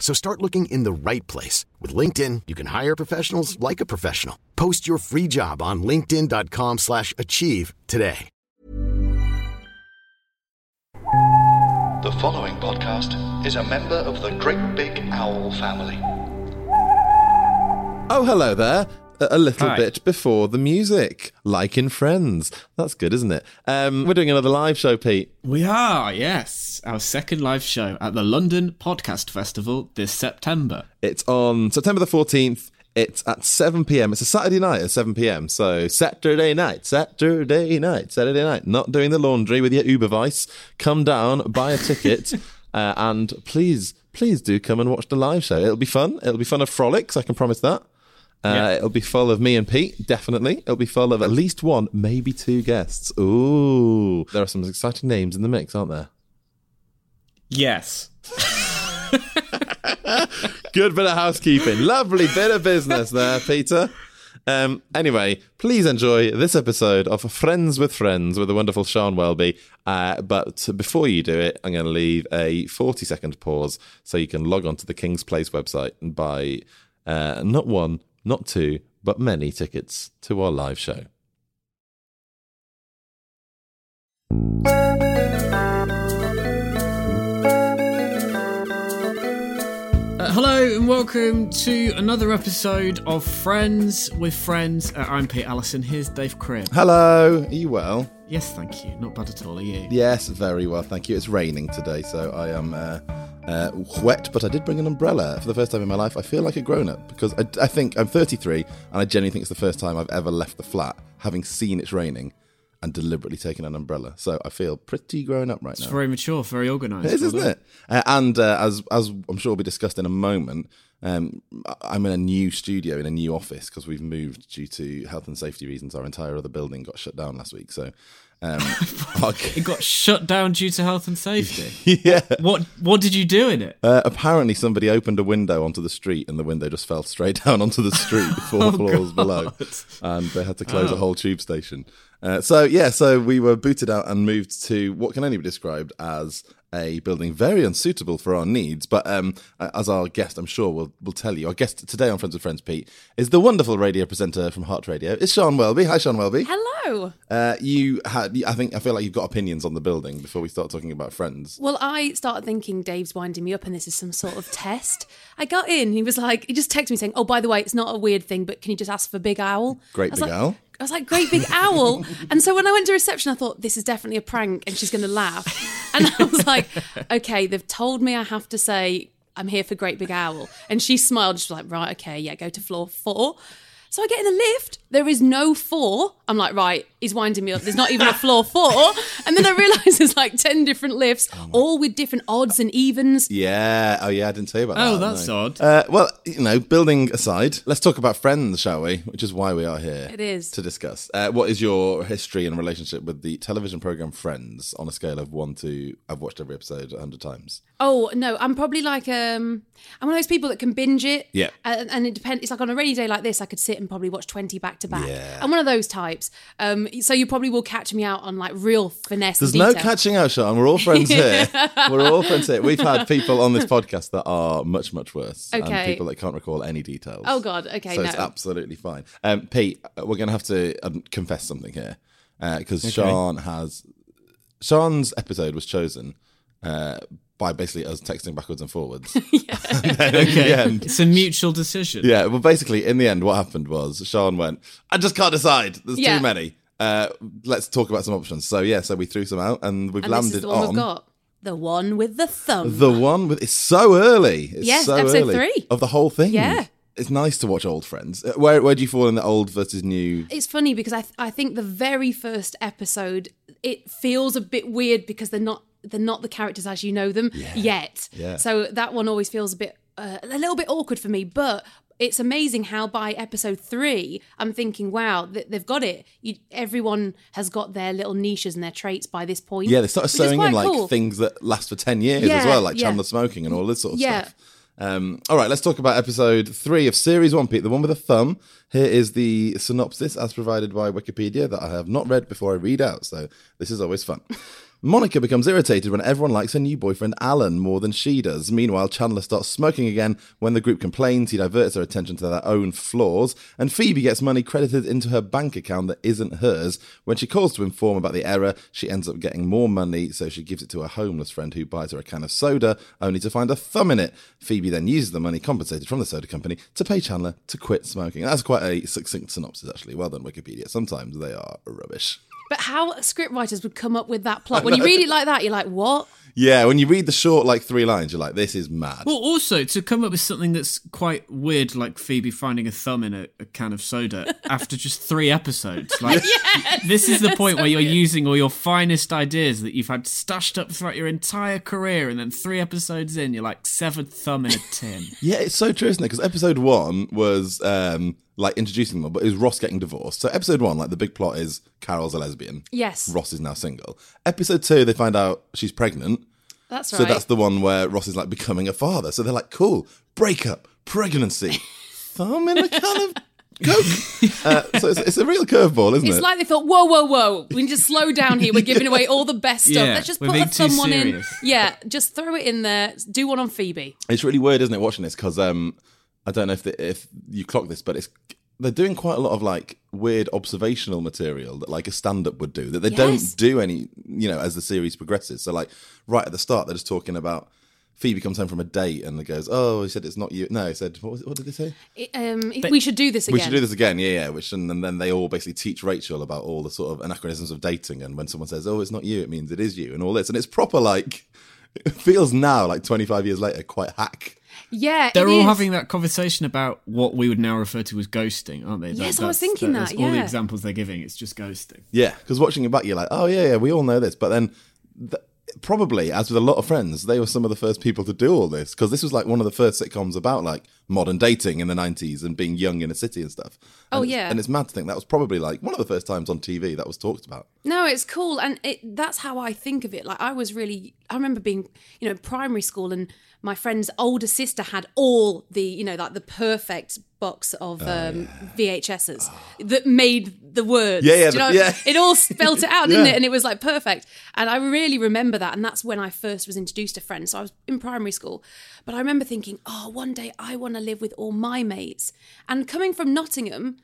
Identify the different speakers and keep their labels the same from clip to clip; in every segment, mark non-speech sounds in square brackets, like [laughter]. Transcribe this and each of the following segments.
Speaker 1: So start looking in the right place. With LinkedIn, you can hire professionals like a professional. Post your free job on linkedin.com/achieve slash achieve today.
Speaker 2: The following podcast is a member of the Great Big Owl family.
Speaker 3: Oh, hello there. A a little
Speaker 4: Hi.
Speaker 3: bit before the music, like in Friends. That's good, isn't it? Um, we're doing another live show, Pete.
Speaker 4: We are, yes. Our second live show at the London Podcast Festival this September.
Speaker 3: It's on September the 14th. It's at 7 p.m. It's a Saturday night at 7 p.m. So Saturday night, Saturday night, Saturday night. Not doing the laundry with your Uber vice. Come down, buy a ticket, uh, and please, please do come and watch the live show. It'll be fun. It'll be fun of frolics. I can promise that. Uh,
Speaker 4: Yeah.
Speaker 3: It'll be full of me and Pete, definitely. It'll be full of at least one, maybe two guests. Ooh, there are some exciting names in the mix, aren't there?
Speaker 4: Yes.
Speaker 3: Good bit of housekeeping. Lovely bit of business there, Peter. Um, anyway, please enjoy this episode of Friends with Friends with the wonderful Sean Welby. Uh, but before you do it, I'm going to leave a 40 second pause so you can log on to the King's Place website and buy uh, not one, not two, but many tickets to our live show.
Speaker 4: Uh, hello and welcome to another episode of Friends with Friends. Uh, I'm Pete Allison. Here's Dave Creer.
Speaker 3: Hello, are you well?
Speaker 4: Yes, thank you. Not bad at all, are you?
Speaker 3: Yes, very well, thank you. It's raining today, so I am uh, uh, wet, but I did bring an umbrella for the first time in my life. I feel like a grown up because I, I think I'm 33, and I genuinely think it's the first time I've ever left the flat having seen it's raining and deliberately taken an umbrella. So I feel pretty grown up right
Speaker 4: It's
Speaker 3: now.
Speaker 4: very mature, very organised.
Speaker 3: It is,
Speaker 4: Well
Speaker 3: isn't
Speaker 4: done.
Speaker 3: it? Uh, and uh, as as I'm sure will be discussed in a moment, um, I- I'm in a new studio in a new office because we've moved due to health and safety reasons. Our entire other building got shut down last week, so
Speaker 4: [laughs]
Speaker 3: um, our-
Speaker 4: It got shut down due to health and safety.
Speaker 3: [laughs] yeah.
Speaker 4: what What did you do in it?
Speaker 3: Uh, apparently, somebody opened a window onto the street, and the window just fell straight [laughs] down onto the street, four floors below, and they had to close a whole tube station. Uh, so yeah, so we were booted out and moved to what can only be described as a building very unsuitable for our needs. But um, as our guest, I'm sure will will tell you, our guest today on Friends with Friends, Pete, is the wonderful radio presenter from Heart Radio. It's Sean Welby. Hi, Sean Welby.
Speaker 5: Hello.
Speaker 3: Uh, you had, I think, I feel like you've got opinions on the building before we start talking about Friends.
Speaker 5: Well, I started thinking Dave's winding me up and this is some sort of test. I got in, he was like, he just texted me saying, Oh, by the way, it's not a weird thing, but can you just ask for Big Owl?
Speaker 3: Great
Speaker 5: I was
Speaker 3: Big
Speaker 5: like-
Speaker 3: Owl.
Speaker 5: I was like, Great Big Owl. and so when I went to reception, I thought, This is definitely a prank and she's going to laugh. And I was like, Okay, they've told me I have to say, I'm here for Great Big Owl. And she smiled, she's like, Right, okay, yeah, go to floor four. So I get in the lift. There is no four. I'm like, right, he's winding me up. There's not even a floor four. And then I realise there's like 10 different lifts, all with different odds and evens.
Speaker 3: Yeah. Oh, yeah. I didn't tell you about
Speaker 4: Oh,
Speaker 3: that.
Speaker 4: that's odd.
Speaker 3: Uh, well, you know, building aside, let's talk about friends, shall we? Which is why we are here.
Speaker 5: It is.
Speaker 3: to discuss. Uh, what is your history and relationship with the television program Friends on a scale of one to? I've watched every episode a hundred times.
Speaker 5: Oh, no, I'm probably like, um, I'm one of those people that can binge it. Uh,
Speaker 3: Yeah.
Speaker 5: And, and it depends. It's like on a rainy day like this, I could sit and probably watch 20 back to back.
Speaker 3: Yeah.
Speaker 5: I'm one of those types. Um, so you probably will catch me out on like real finesse.
Speaker 3: There's
Speaker 5: and
Speaker 3: no
Speaker 5: detail.
Speaker 3: catching out, Sean. We're all friends
Speaker 5: [laughs]
Speaker 3: here. We're all friends here. We've had people on this podcast that are much, much worse, and
Speaker 5: Okay.
Speaker 3: people that can't recall any details.
Speaker 5: Oh, God. Okay,
Speaker 3: so it's
Speaker 5: no.
Speaker 3: absolutely fine. Um, Pete, we're going to have to um, confess something here because Sean has Sean's episode was chosen uh, by basically us texting backwards [laughs] and
Speaker 5: [laughs]
Speaker 3: forwards.
Speaker 4: Okay.
Speaker 3: end.
Speaker 4: [laughs] It's a mutual decision.
Speaker 3: Yeah, well, basically, in the end, what happened was Sean went, I just can't decide. There's
Speaker 5: Yeah.
Speaker 3: too many. Uh, let's talk about some options. So, yeah, so we threw some out and we've
Speaker 5: And this
Speaker 3: landed
Speaker 5: is the one
Speaker 3: on
Speaker 5: we've got. The one with the thumb.
Speaker 3: The one with it's so early. It's
Speaker 5: Yes,
Speaker 3: so
Speaker 5: episode
Speaker 3: early
Speaker 5: three.
Speaker 3: of the whole thing.
Speaker 5: Yeah.
Speaker 3: it's nice to watch old friends. Uh, Where where do you fall in the old versus new?
Speaker 5: it's funny because I, th- I think the very first episode it feels a bit weird because they're not they're not the characters as you know them yet.
Speaker 3: Yeah.
Speaker 5: So that one always feels a bit uh, a little bit awkward for me, but it's amazing how by episode three I'm thinking, wow, th- they've got it. You, everyone has got their little niches and their traits by this point.
Speaker 3: Yeah, they started
Speaker 5: which is
Speaker 3: sewing in
Speaker 5: quite
Speaker 3: like
Speaker 5: cool.
Speaker 3: things that last for ten years as
Speaker 5: Yeah,
Speaker 3: well, like
Speaker 5: yeah.
Speaker 3: Chandler smoking and all this sort of
Speaker 5: Yeah.
Speaker 3: stuff. Um, all right, let's talk about episode three of series one, Pete, the one with the thumb. Here is the synopsis as provided by Wikipedia that I have not read before I read out, so this is always fun. Monica becomes irritated when everyone likes her new boyfriend Alan more than she does. Meanwhile, Chandler starts smoking again. When the group complains, he diverts her attention to their own flaws, and Phoebe gets money credited into her bank account that isn't hers. When she calls to inform about the error, she ends up getting more money, so she gives it to a homeless friend who buys her a can of soda, only to find a thumb in it. Phoebe then uses the money compensated from the soda company to pay Chandler to quit smoking. That's quite a succinct synopsis, actually. Well done, Wikipedia. Sometimes they are rubbish.
Speaker 5: But how scriptwriters would come up with that plot when you read it like that, you're like, what? [laughs]
Speaker 3: Yeah, when you read the short, like three lines, you're like, this is mad.
Speaker 4: Well, also to come up with something that's quite weird, like Phoebe finding a thumb in a, a can of
Speaker 5: [laughs]
Speaker 4: soda after just three episodes. Like, this is the point where you're using all your finest ideas that you've had stashed up throughout your entire career, and then three episodes in, you're like severed thumb in a
Speaker 5: [laughs]
Speaker 4: tin.
Speaker 3: Yeah, it's so true, isn't it? Because episode one was um like introducing them, but it was Ross getting divorced. So episode one, like the big plot is Carol's a lesbian.
Speaker 5: Yes,
Speaker 3: Ross is now single. Episode two, they find out she's pregnant.
Speaker 5: that's right.
Speaker 3: So that's the one where Ross is like becoming a father. So they're like, cool, breakup, pregnancy, thumb in a
Speaker 5: [laughs]
Speaker 3: can of coke. Uh, so it's, it's a real curveball, isn't
Speaker 5: It's
Speaker 3: it?
Speaker 5: like they thought, whoa, whoa, whoa, we need to slow down here.
Speaker 4: [laughs]
Speaker 5: We're giving away all the best stuff.
Speaker 4: Yeah,
Speaker 5: Let's just
Speaker 4: we're
Speaker 5: put
Speaker 4: being
Speaker 5: a
Speaker 4: too
Speaker 5: thumb one in.
Speaker 4: serious.
Speaker 5: Yeah, just throw it in there. Do one on Phoebe.
Speaker 3: It's really weird, isn't it, watching this? Because um, I don't know if the, if you clock this, but it's they're doing quite a lot of like weird observational material that like a stand-up would do that they
Speaker 5: Yes.
Speaker 3: don't do any you know as the series progresses. So like right at the start, they're just talking about. Phoebe comes home from a date and goes, "Oh, he said it's not you." No, he said, "What, was it, what did he say?"
Speaker 5: It- um, we should do this again.
Speaker 3: We should do this again, yeah, yeah. Which and, and then they all basically teach Rachel about all the sort of anachronisms of dating, and when someone says, "Oh, it's not you," it means it is you, and all this, and it's proper like [laughs] it feels now, like twenty five years later, quite hack.
Speaker 5: Yeah,
Speaker 4: They're
Speaker 5: it
Speaker 4: all
Speaker 5: is.
Speaker 4: having that conversation about what we would now refer to as ghosting, aren't they?
Speaker 5: Yes,
Speaker 4: That-
Speaker 5: I
Speaker 4: that's-
Speaker 5: was thinking
Speaker 4: that's
Speaker 5: that,
Speaker 4: All the
Speaker 5: yeah.
Speaker 4: examples they're giving, it's just ghosting.
Speaker 3: Yeah, because watching it back, you're like, oh yeah, yeah, we all know this. But then, th- probably as with a lot of friends, they were some of the first people to do all this because this was like one of the first sitcoms about like modern dating in the '90s and being young in a city and stuff.
Speaker 5: Oh,
Speaker 3: And it's-
Speaker 5: yeah.
Speaker 3: and it's mad to think that was probably like one of the first times on TV that was talked about.
Speaker 5: No, it's cool, and it, that's how I think of it. Like I was really, I remember being, you know, in primary school, and my friend's older sister had all the, you know, like the perfect box
Speaker 3: Oh,
Speaker 5: of um, VHSs that made the words.
Speaker 3: Yeah, yeah,
Speaker 5: Do you know,
Speaker 3: the- yeah.
Speaker 5: It all spelt it out, didn't
Speaker 3: Yeah.
Speaker 5: it? And it was like perfect. And I really remember that, and that's when I first was introduced to friends. So I was in primary school, but I remember thinking, oh, one day I want to live with all my mates. And coming from Nottingham,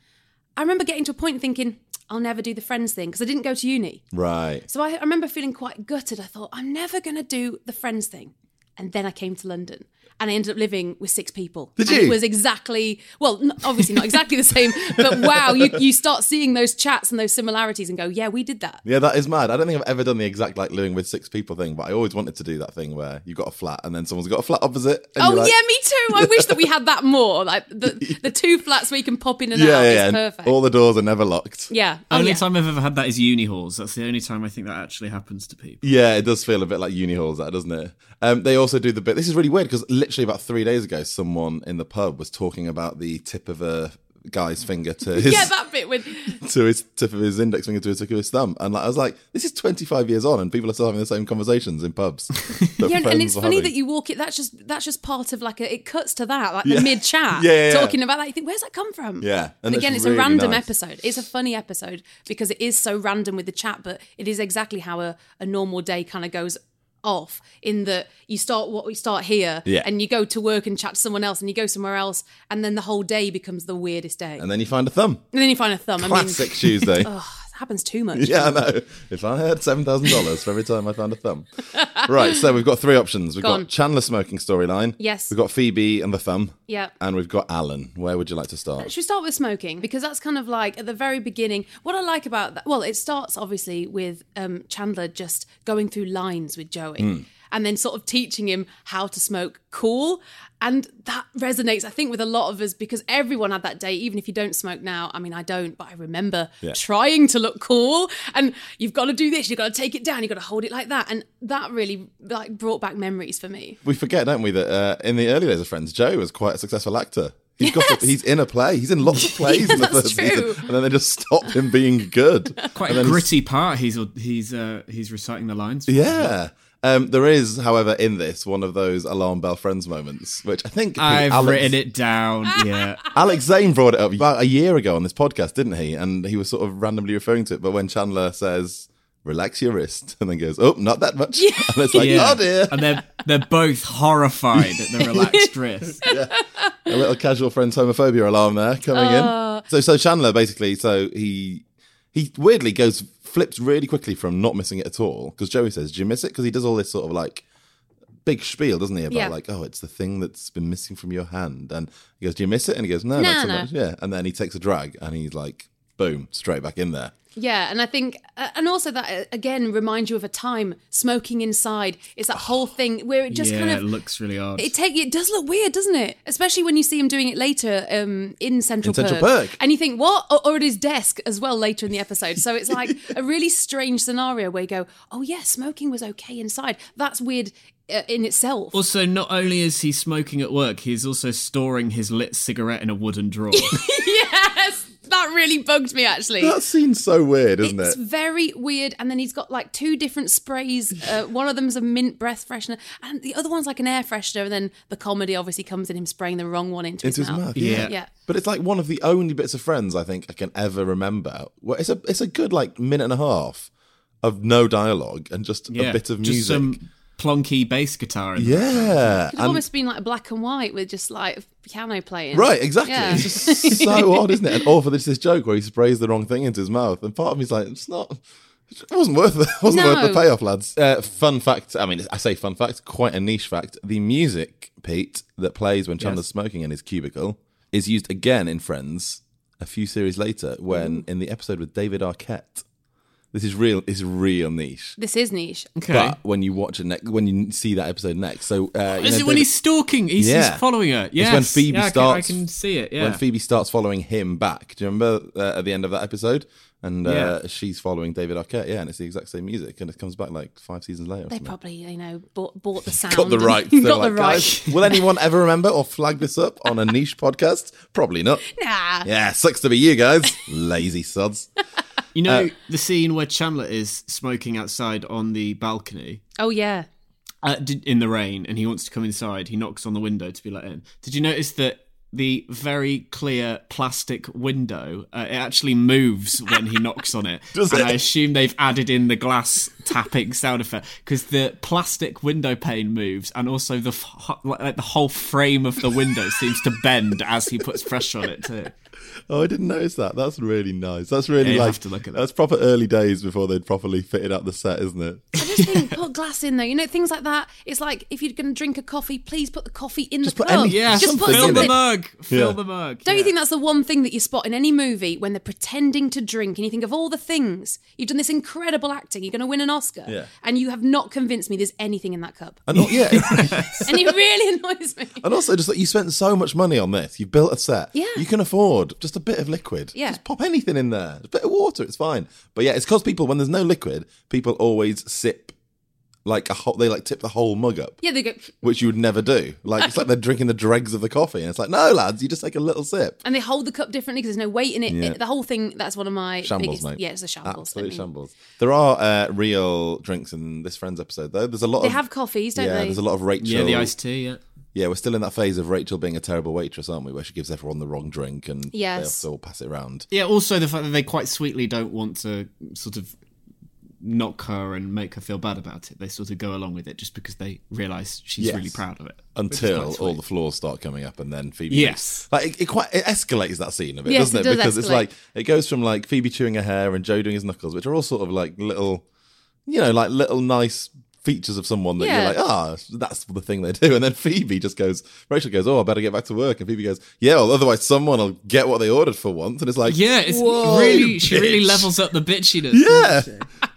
Speaker 5: I remember getting to a point and thinking. I'll never do the friends thing because I didn't go to uni.
Speaker 3: Right.
Speaker 5: So I, I remember feeling quite gutted. I thought, I'm never going to do the friends thing. And then I came to London and I ended up living with six people.
Speaker 3: Did
Speaker 5: And
Speaker 3: you?
Speaker 5: It was exactly, well, n- obviously not exactly the same, but wow, you, you start seeing those chats and those similarities and go, yeah, we did that.
Speaker 3: Yeah, that is mad. I don't think I've ever done the exact like living with six people thing, but I always wanted to do that thing where you got a flat and then someone's got a flat opposite. And
Speaker 5: Oh
Speaker 3: you're like,
Speaker 5: yeah, me too. I wish that we had that more. Like the, the two flats where you can pop
Speaker 3: [laughs]
Speaker 5: in and out is
Speaker 3: and
Speaker 5: perfect.
Speaker 3: All the doors are never locked.
Speaker 5: yeah. Oh,
Speaker 4: Only
Speaker 5: yeah.
Speaker 4: time I've ever had that is uni halls. That's the only time I think that actually happens to people.
Speaker 3: Yeah, it does feel a bit like uni halls, that doesn't it? Um, they also do the bit. This is really weird because literally about three days ago, someone in the pub was talking about the tip of a guy's finger to his
Speaker 5: [laughs] yeah, that bit with
Speaker 3: to his tip of his index finger to his tip of his thumb, and like, I was like, this is twenty five years on, and people are still having the same conversations in
Speaker 5: [laughs]
Speaker 3: pubs. that
Speaker 5: Yeah, and- and
Speaker 3: friends
Speaker 5: it's
Speaker 3: were
Speaker 5: funny
Speaker 3: having.
Speaker 5: that you walk it. That's just that's just part of like a, it cuts to that like
Speaker 3: Yeah.
Speaker 5: the mid chat
Speaker 3: Yeah, yeah, yeah.
Speaker 5: talking about that. You think where's that come from?
Speaker 3: Yeah, and
Speaker 5: and
Speaker 3: it's
Speaker 5: again, it's
Speaker 3: really
Speaker 5: a random
Speaker 3: nice.
Speaker 5: episode. It's a funny episode because it is so random with the chat, but it is exactly how a, a normal day kind of goes off. In that you start what we start here,
Speaker 3: Yeah.
Speaker 5: and you go to work and chat to someone else, and you go somewhere else, and then the whole day becomes the weirdest day.
Speaker 3: and then you find a thumb.
Speaker 5: And then you find a thumb. I Oh.
Speaker 3: Classic
Speaker 5: mean,
Speaker 3: Tuesday.
Speaker 5: [laughs] it happens too much.
Speaker 3: Yeah, I know. If I had seven thousand dollars for every time I found a thumb, right? So we've got three options. We've
Speaker 5: Go
Speaker 3: got
Speaker 5: on.
Speaker 3: Chandler smoking storyline.
Speaker 5: Yes.
Speaker 3: We've got Phoebe and the thumb.
Speaker 5: Yeah.
Speaker 3: And we've got Alan. Where would you like to start?
Speaker 5: Should we start with smoking? Because that's kind of like at the very beginning. What I like about that, well, it starts obviously with um, Chandler just going through lines with Joey. and then sort of teaching him how to smoke cool. And that resonates, I think, with a lot of us because everyone had that day, even if you don't smoke now. I mean, I don't, but I remember
Speaker 3: Yeah.
Speaker 5: trying to look cool. And you've got to do this, you've got to take it down, you've got to hold it like that. And that really like brought back memories for me.
Speaker 3: We forget, don't we, that uh, in the early days of Friends, Joe was quite a successful actor. He's got he's in a play. He's in
Speaker 5: [laughs]
Speaker 3: lots of plays in the
Speaker 5: that's
Speaker 3: first season,
Speaker 5: true.
Speaker 3: and then they just stop him being good.
Speaker 4: Quite a gritty part. He's he's uh, he's reciting the lines.
Speaker 3: Yeah. Um, there is, however, in this one of those alarm bell friends moments, which I think
Speaker 4: I've
Speaker 3: Alex,
Speaker 4: written it down. Yeah.
Speaker 3: Alex Zane brought it up about a year ago on this podcast, didn't he? And he was sort of randomly referring to it. But when Chandler says, "Relax your wrist," [laughs] and then goes, "Oh, not that much," [laughs] and it's like,
Speaker 4: Yeah.
Speaker 3: "Oh dear."
Speaker 4: And they're they're both horrified at the relaxed
Speaker 5: [laughs]
Speaker 4: wrist.
Speaker 3: a little casual friends homophobia alarm there coming
Speaker 5: Oh.
Speaker 3: in. So so Chandler basically so he he weirdly goes flips really quickly from not missing it at all because Joey says, "Do you miss it?" Because he does all this sort of like big spiel, doesn't he? About
Speaker 5: Yeah.
Speaker 3: like, "Oh, it's the thing that's been missing from your hand," and he goes, "Do you miss it?" And he goes, "No,
Speaker 5: No,
Speaker 3: not so
Speaker 5: no."
Speaker 3: much." Yeah, and then he takes a drag and he's like, "Boom!" Straight back in there.
Speaker 5: Yeah, and I think, uh, and also that uh, again reminds you of a time smoking inside. It's that whole thing where it just
Speaker 4: yeah,
Speaker 5: kind of
Speaker 4: it looks really odd.
Speaker 5: It take it does look weird, doesn't it? Especially when you see him doing it later um, in Central
Speaker 3: In Central Perk.
Speaker 5: and you think what? Or, or at his desk as well later in the episode. So it's like [laughs] a really strange scenario where you go, oh yeah, smoking was okay inside. That's weird uh, in [laughs] itself.
Speaker 4: also, not only is he smoking at work, he's also storing his lit cigarette in a wooden drawer.
Speaker 5: [laughs] yes, that really bugged me actually.
Speaker 3: That seems so weird, isn't
Speaker 5: it's
Speaker 3: it?
Speaker 5: very weird, and then he's got like two different sprays. Uh, one of them's a mint breath freshener, and the other one's like an air freshener. And then the comedy obviously comes in him spraying the wrong one into,
Speaker 3: Into his mouth.
Speaker 4: Yeah.
Speaker 5: Yeah.
Speaker 3: But it's like one of the only bits of Friends I think I can ever remember. Well, it's a it's a good like minute and a half of no dialogue and just
Speaker 4: yeah.
Speaker 3: a bit of music.
Speaker 4: Just some plonky bass guitar. In
Speaker 3: yeah,
Speaker 5: It's
Speaker 3: and-
Speaker 5: almost been like black and white with just like piano playing.
Speaker 3: right, exactly.
Speaker 5: Yeah.
Speaker 3: It's just so
Speaker 4: [laughs]
Speaker 3: odd, isn't it? And all for this, this joke where he sprays the wrong thing into his mouth, and part of me's like, it's not. It wasn't worth the, [laughs] wasn't worth the
Speaker 5: No.
Speaker 3: payoff, lads. Uh, fun fact. I mean, I say fun fact, quite a niche fact. The music, Pete, that plays when Chandler's smoking in his cubicle is used again in Friends a few series later when in the episode with David Arquette. This is real. It's real niche.
Speaker 5: This is niche.
Speaker 4: Okay.
Speaker 3: But when you watch it next, when you see that episode next, so uh, you know,
Speaker 4: is it when
Speaker 3: David-
Speaker 4: he's stalking? He's, he's
Speaker 3: Yeah.
Speaker 4: following her.
Speaker 3: when
Speaker 4: Yes.
Speaker 3: Phoebe
Speaker 4: yeah, I can-
Speaker 3: starts-
Speaker 4: I can, see it. Yeah.
Speaker 3: when Phoebe starts following him back. Do you remember uh, at the end of that episode? And uh,
Speaker 4: Yeah.
Speaker 3: she's following David Arquette, yeah, and it's the exact same music, and it comes back like five seasons later. or
Speaker 5: They
Speaker 3: something.
Speaker 5: probably, you know, bought, bought the sound.
Speaker 3: got the
Speaker 5: and- [laughs]
Speaker 3: rights. They're
Speaker 5: got the
Speaker 3: like,
Speaker 5: right.
Speaker 3: "Guys, will anyone ever remember or flag this up on a niche podcast? Probably not.
Speaker 5: [laughs] Nah.
Speaker 3: Yeah, sucks to be you guys, lazy sods.
Speaker 4: you
Speaker 3: uh,
Speaker 4: know the scene where Chandler is smoking outside on the balcony.
Speaker 5: Oh yeah.
Speaker 4: uh, did, in the rain and he wants to come inside, he knocks on the window to be let in. Did you notice that the very clear plastic window uh, it actually moves when he knocks on it?
Speaker 3: [laughs] Does
Speaker 4: and
Speaker 3: it?
Speaker 4: I assume they've added in the glass tapping sound effect because the plastic window pane moves and also the f- ho- like the whole frame of the window seems to bend as he puts pressure on it too.
Speaker 3: Oh, I didn't notice that. That's really nice. That's really
Speaker 4: Yeah, you
Speaker 3: like
Speaker 4: have to look at that.
Speaker 3: that's proper early days before they'd properly fitted out the set, isn't it?
Speaker 5: I just
Speaker 3: [laughs]
Speaker 5: think put glass in there. You know things like that. It's like if you're going to drink a coffee, please put the coffee in
Speaker 3: Just
Speaker 5: the
Speaker 3: put
Speaker 5: mug.
Speaker 3: any-
Speaker 4: Yeah,
Speaker 5: just
Speaker 3: something
Speaker 5: put
Speaker 3: in
Speaker 4: fill the
Speaker 3: it.
Speaker 5: something.
Speaker 4: mug, fill
Speaker 3: Yeah.
Speaker 4: the mug.
Speaker 5: Don't
Speaker 4: yeah.
Speaker 5: you think that's the one thing that you spot in any movie when they're pretending to drink and you think of all the things you've done this incredible acting, you're going to win an Oscar,
Speaker 3: Yeah.
Speaker 5: and you have not convinced me there's anything in that cup, [laughs]
Speaker 3: And, yeah, [laughs]
Speaker 5: and it really annoys me.
Speaker 3: And also, just like you spent so much money on this, you built a set.
Speaker 5: Yeah.
Speaker 3: You can afford just a bit of liquid.
Speaker 5: Yeah.
Speaker 3: Just pop anything in there. Just a bit of water, it's fine. But yeah, it's because people, when there's no liquid, people always sip like a whole, they like tip the whole mug up,
Speaker 5: Yeah, they go,
Speaker 3: which you would never do. Like, it's like
Speaker 5: [laughs]
Speaker 3: they're drinking the dregs of the coffee. And it's like, no, lads, you just take a little sip.
Speaker 5: and they hold the cup differently because there's no weight in it.
Speaker 3: Yeah.
Speaker 5: It- The whole thing. That's one of my
Speaker 3: Shambles,
Speaker 5: biggest-
Speaker 3: mate.
Speaker 5: Yeah, it's a shambles. I
Speaker 3: Absolute
Speaker 5: mean.
Speaker 3: shambles. There are uh, real drinks in this Friends episode, though. There's a lot
Speaker 5: They
Speaker 3: of.
Speaker 5: have coffees, don't
Speaker 3: yeah,
Speaker 5: they?
Speaker 3: there's a lot of Rachel.
Speaker 4: Yeah, the iced tea. Yeah.
Speaker 3: Yeah, we're still in that phase of Rachel being a terrible waitress, aren't we? Where she gives everyone the wrong drink and they
Speaker 5: Yes.
Speaker 3: also all pass it around.
Speaker 4: Yeah, also the fact that they quite sweetly don't want to sort of knock her and make her feel bad about it. They sort of go along with it just because they realise she's
Speaker 3: Yes.
Speaker 4: really proud of it.
Speaker 3: until all the flaws start coming up, and then Phoebe.
Speaker 4: Yes.
Speaker 3: like it, it quite it escalates that scene a bit,
Speaker 5: Yes,
Speaker 3: doesn't it?
Speaker 5: it does
Speaker 3: because it's
Speaker 5: escalate.
Speaker 3: like it goes from like Phoebe chewing her hair and Joe doing his knuckles, which are all sort of like little, you know, like little nice features of someone that
Speaker 5: Yeah.
Speaker 3: you're like, ah, that's the thing they do. [laughs] And then Phoebe just goes, Rachel goes, oh, I better get back to work. And Phoebe goes, yeah, well, otherwise someone will get what they ordered for once. And it's like,
Speaker 4: Yeah, it's
Speaker 3: "Whoa,
Speaker 4: really
Speaker 3: you
Speaker 4: she really
Speaker 3: bitch."
Speaker 4: levels up the bitchiness.
Speaker 3: Yeah.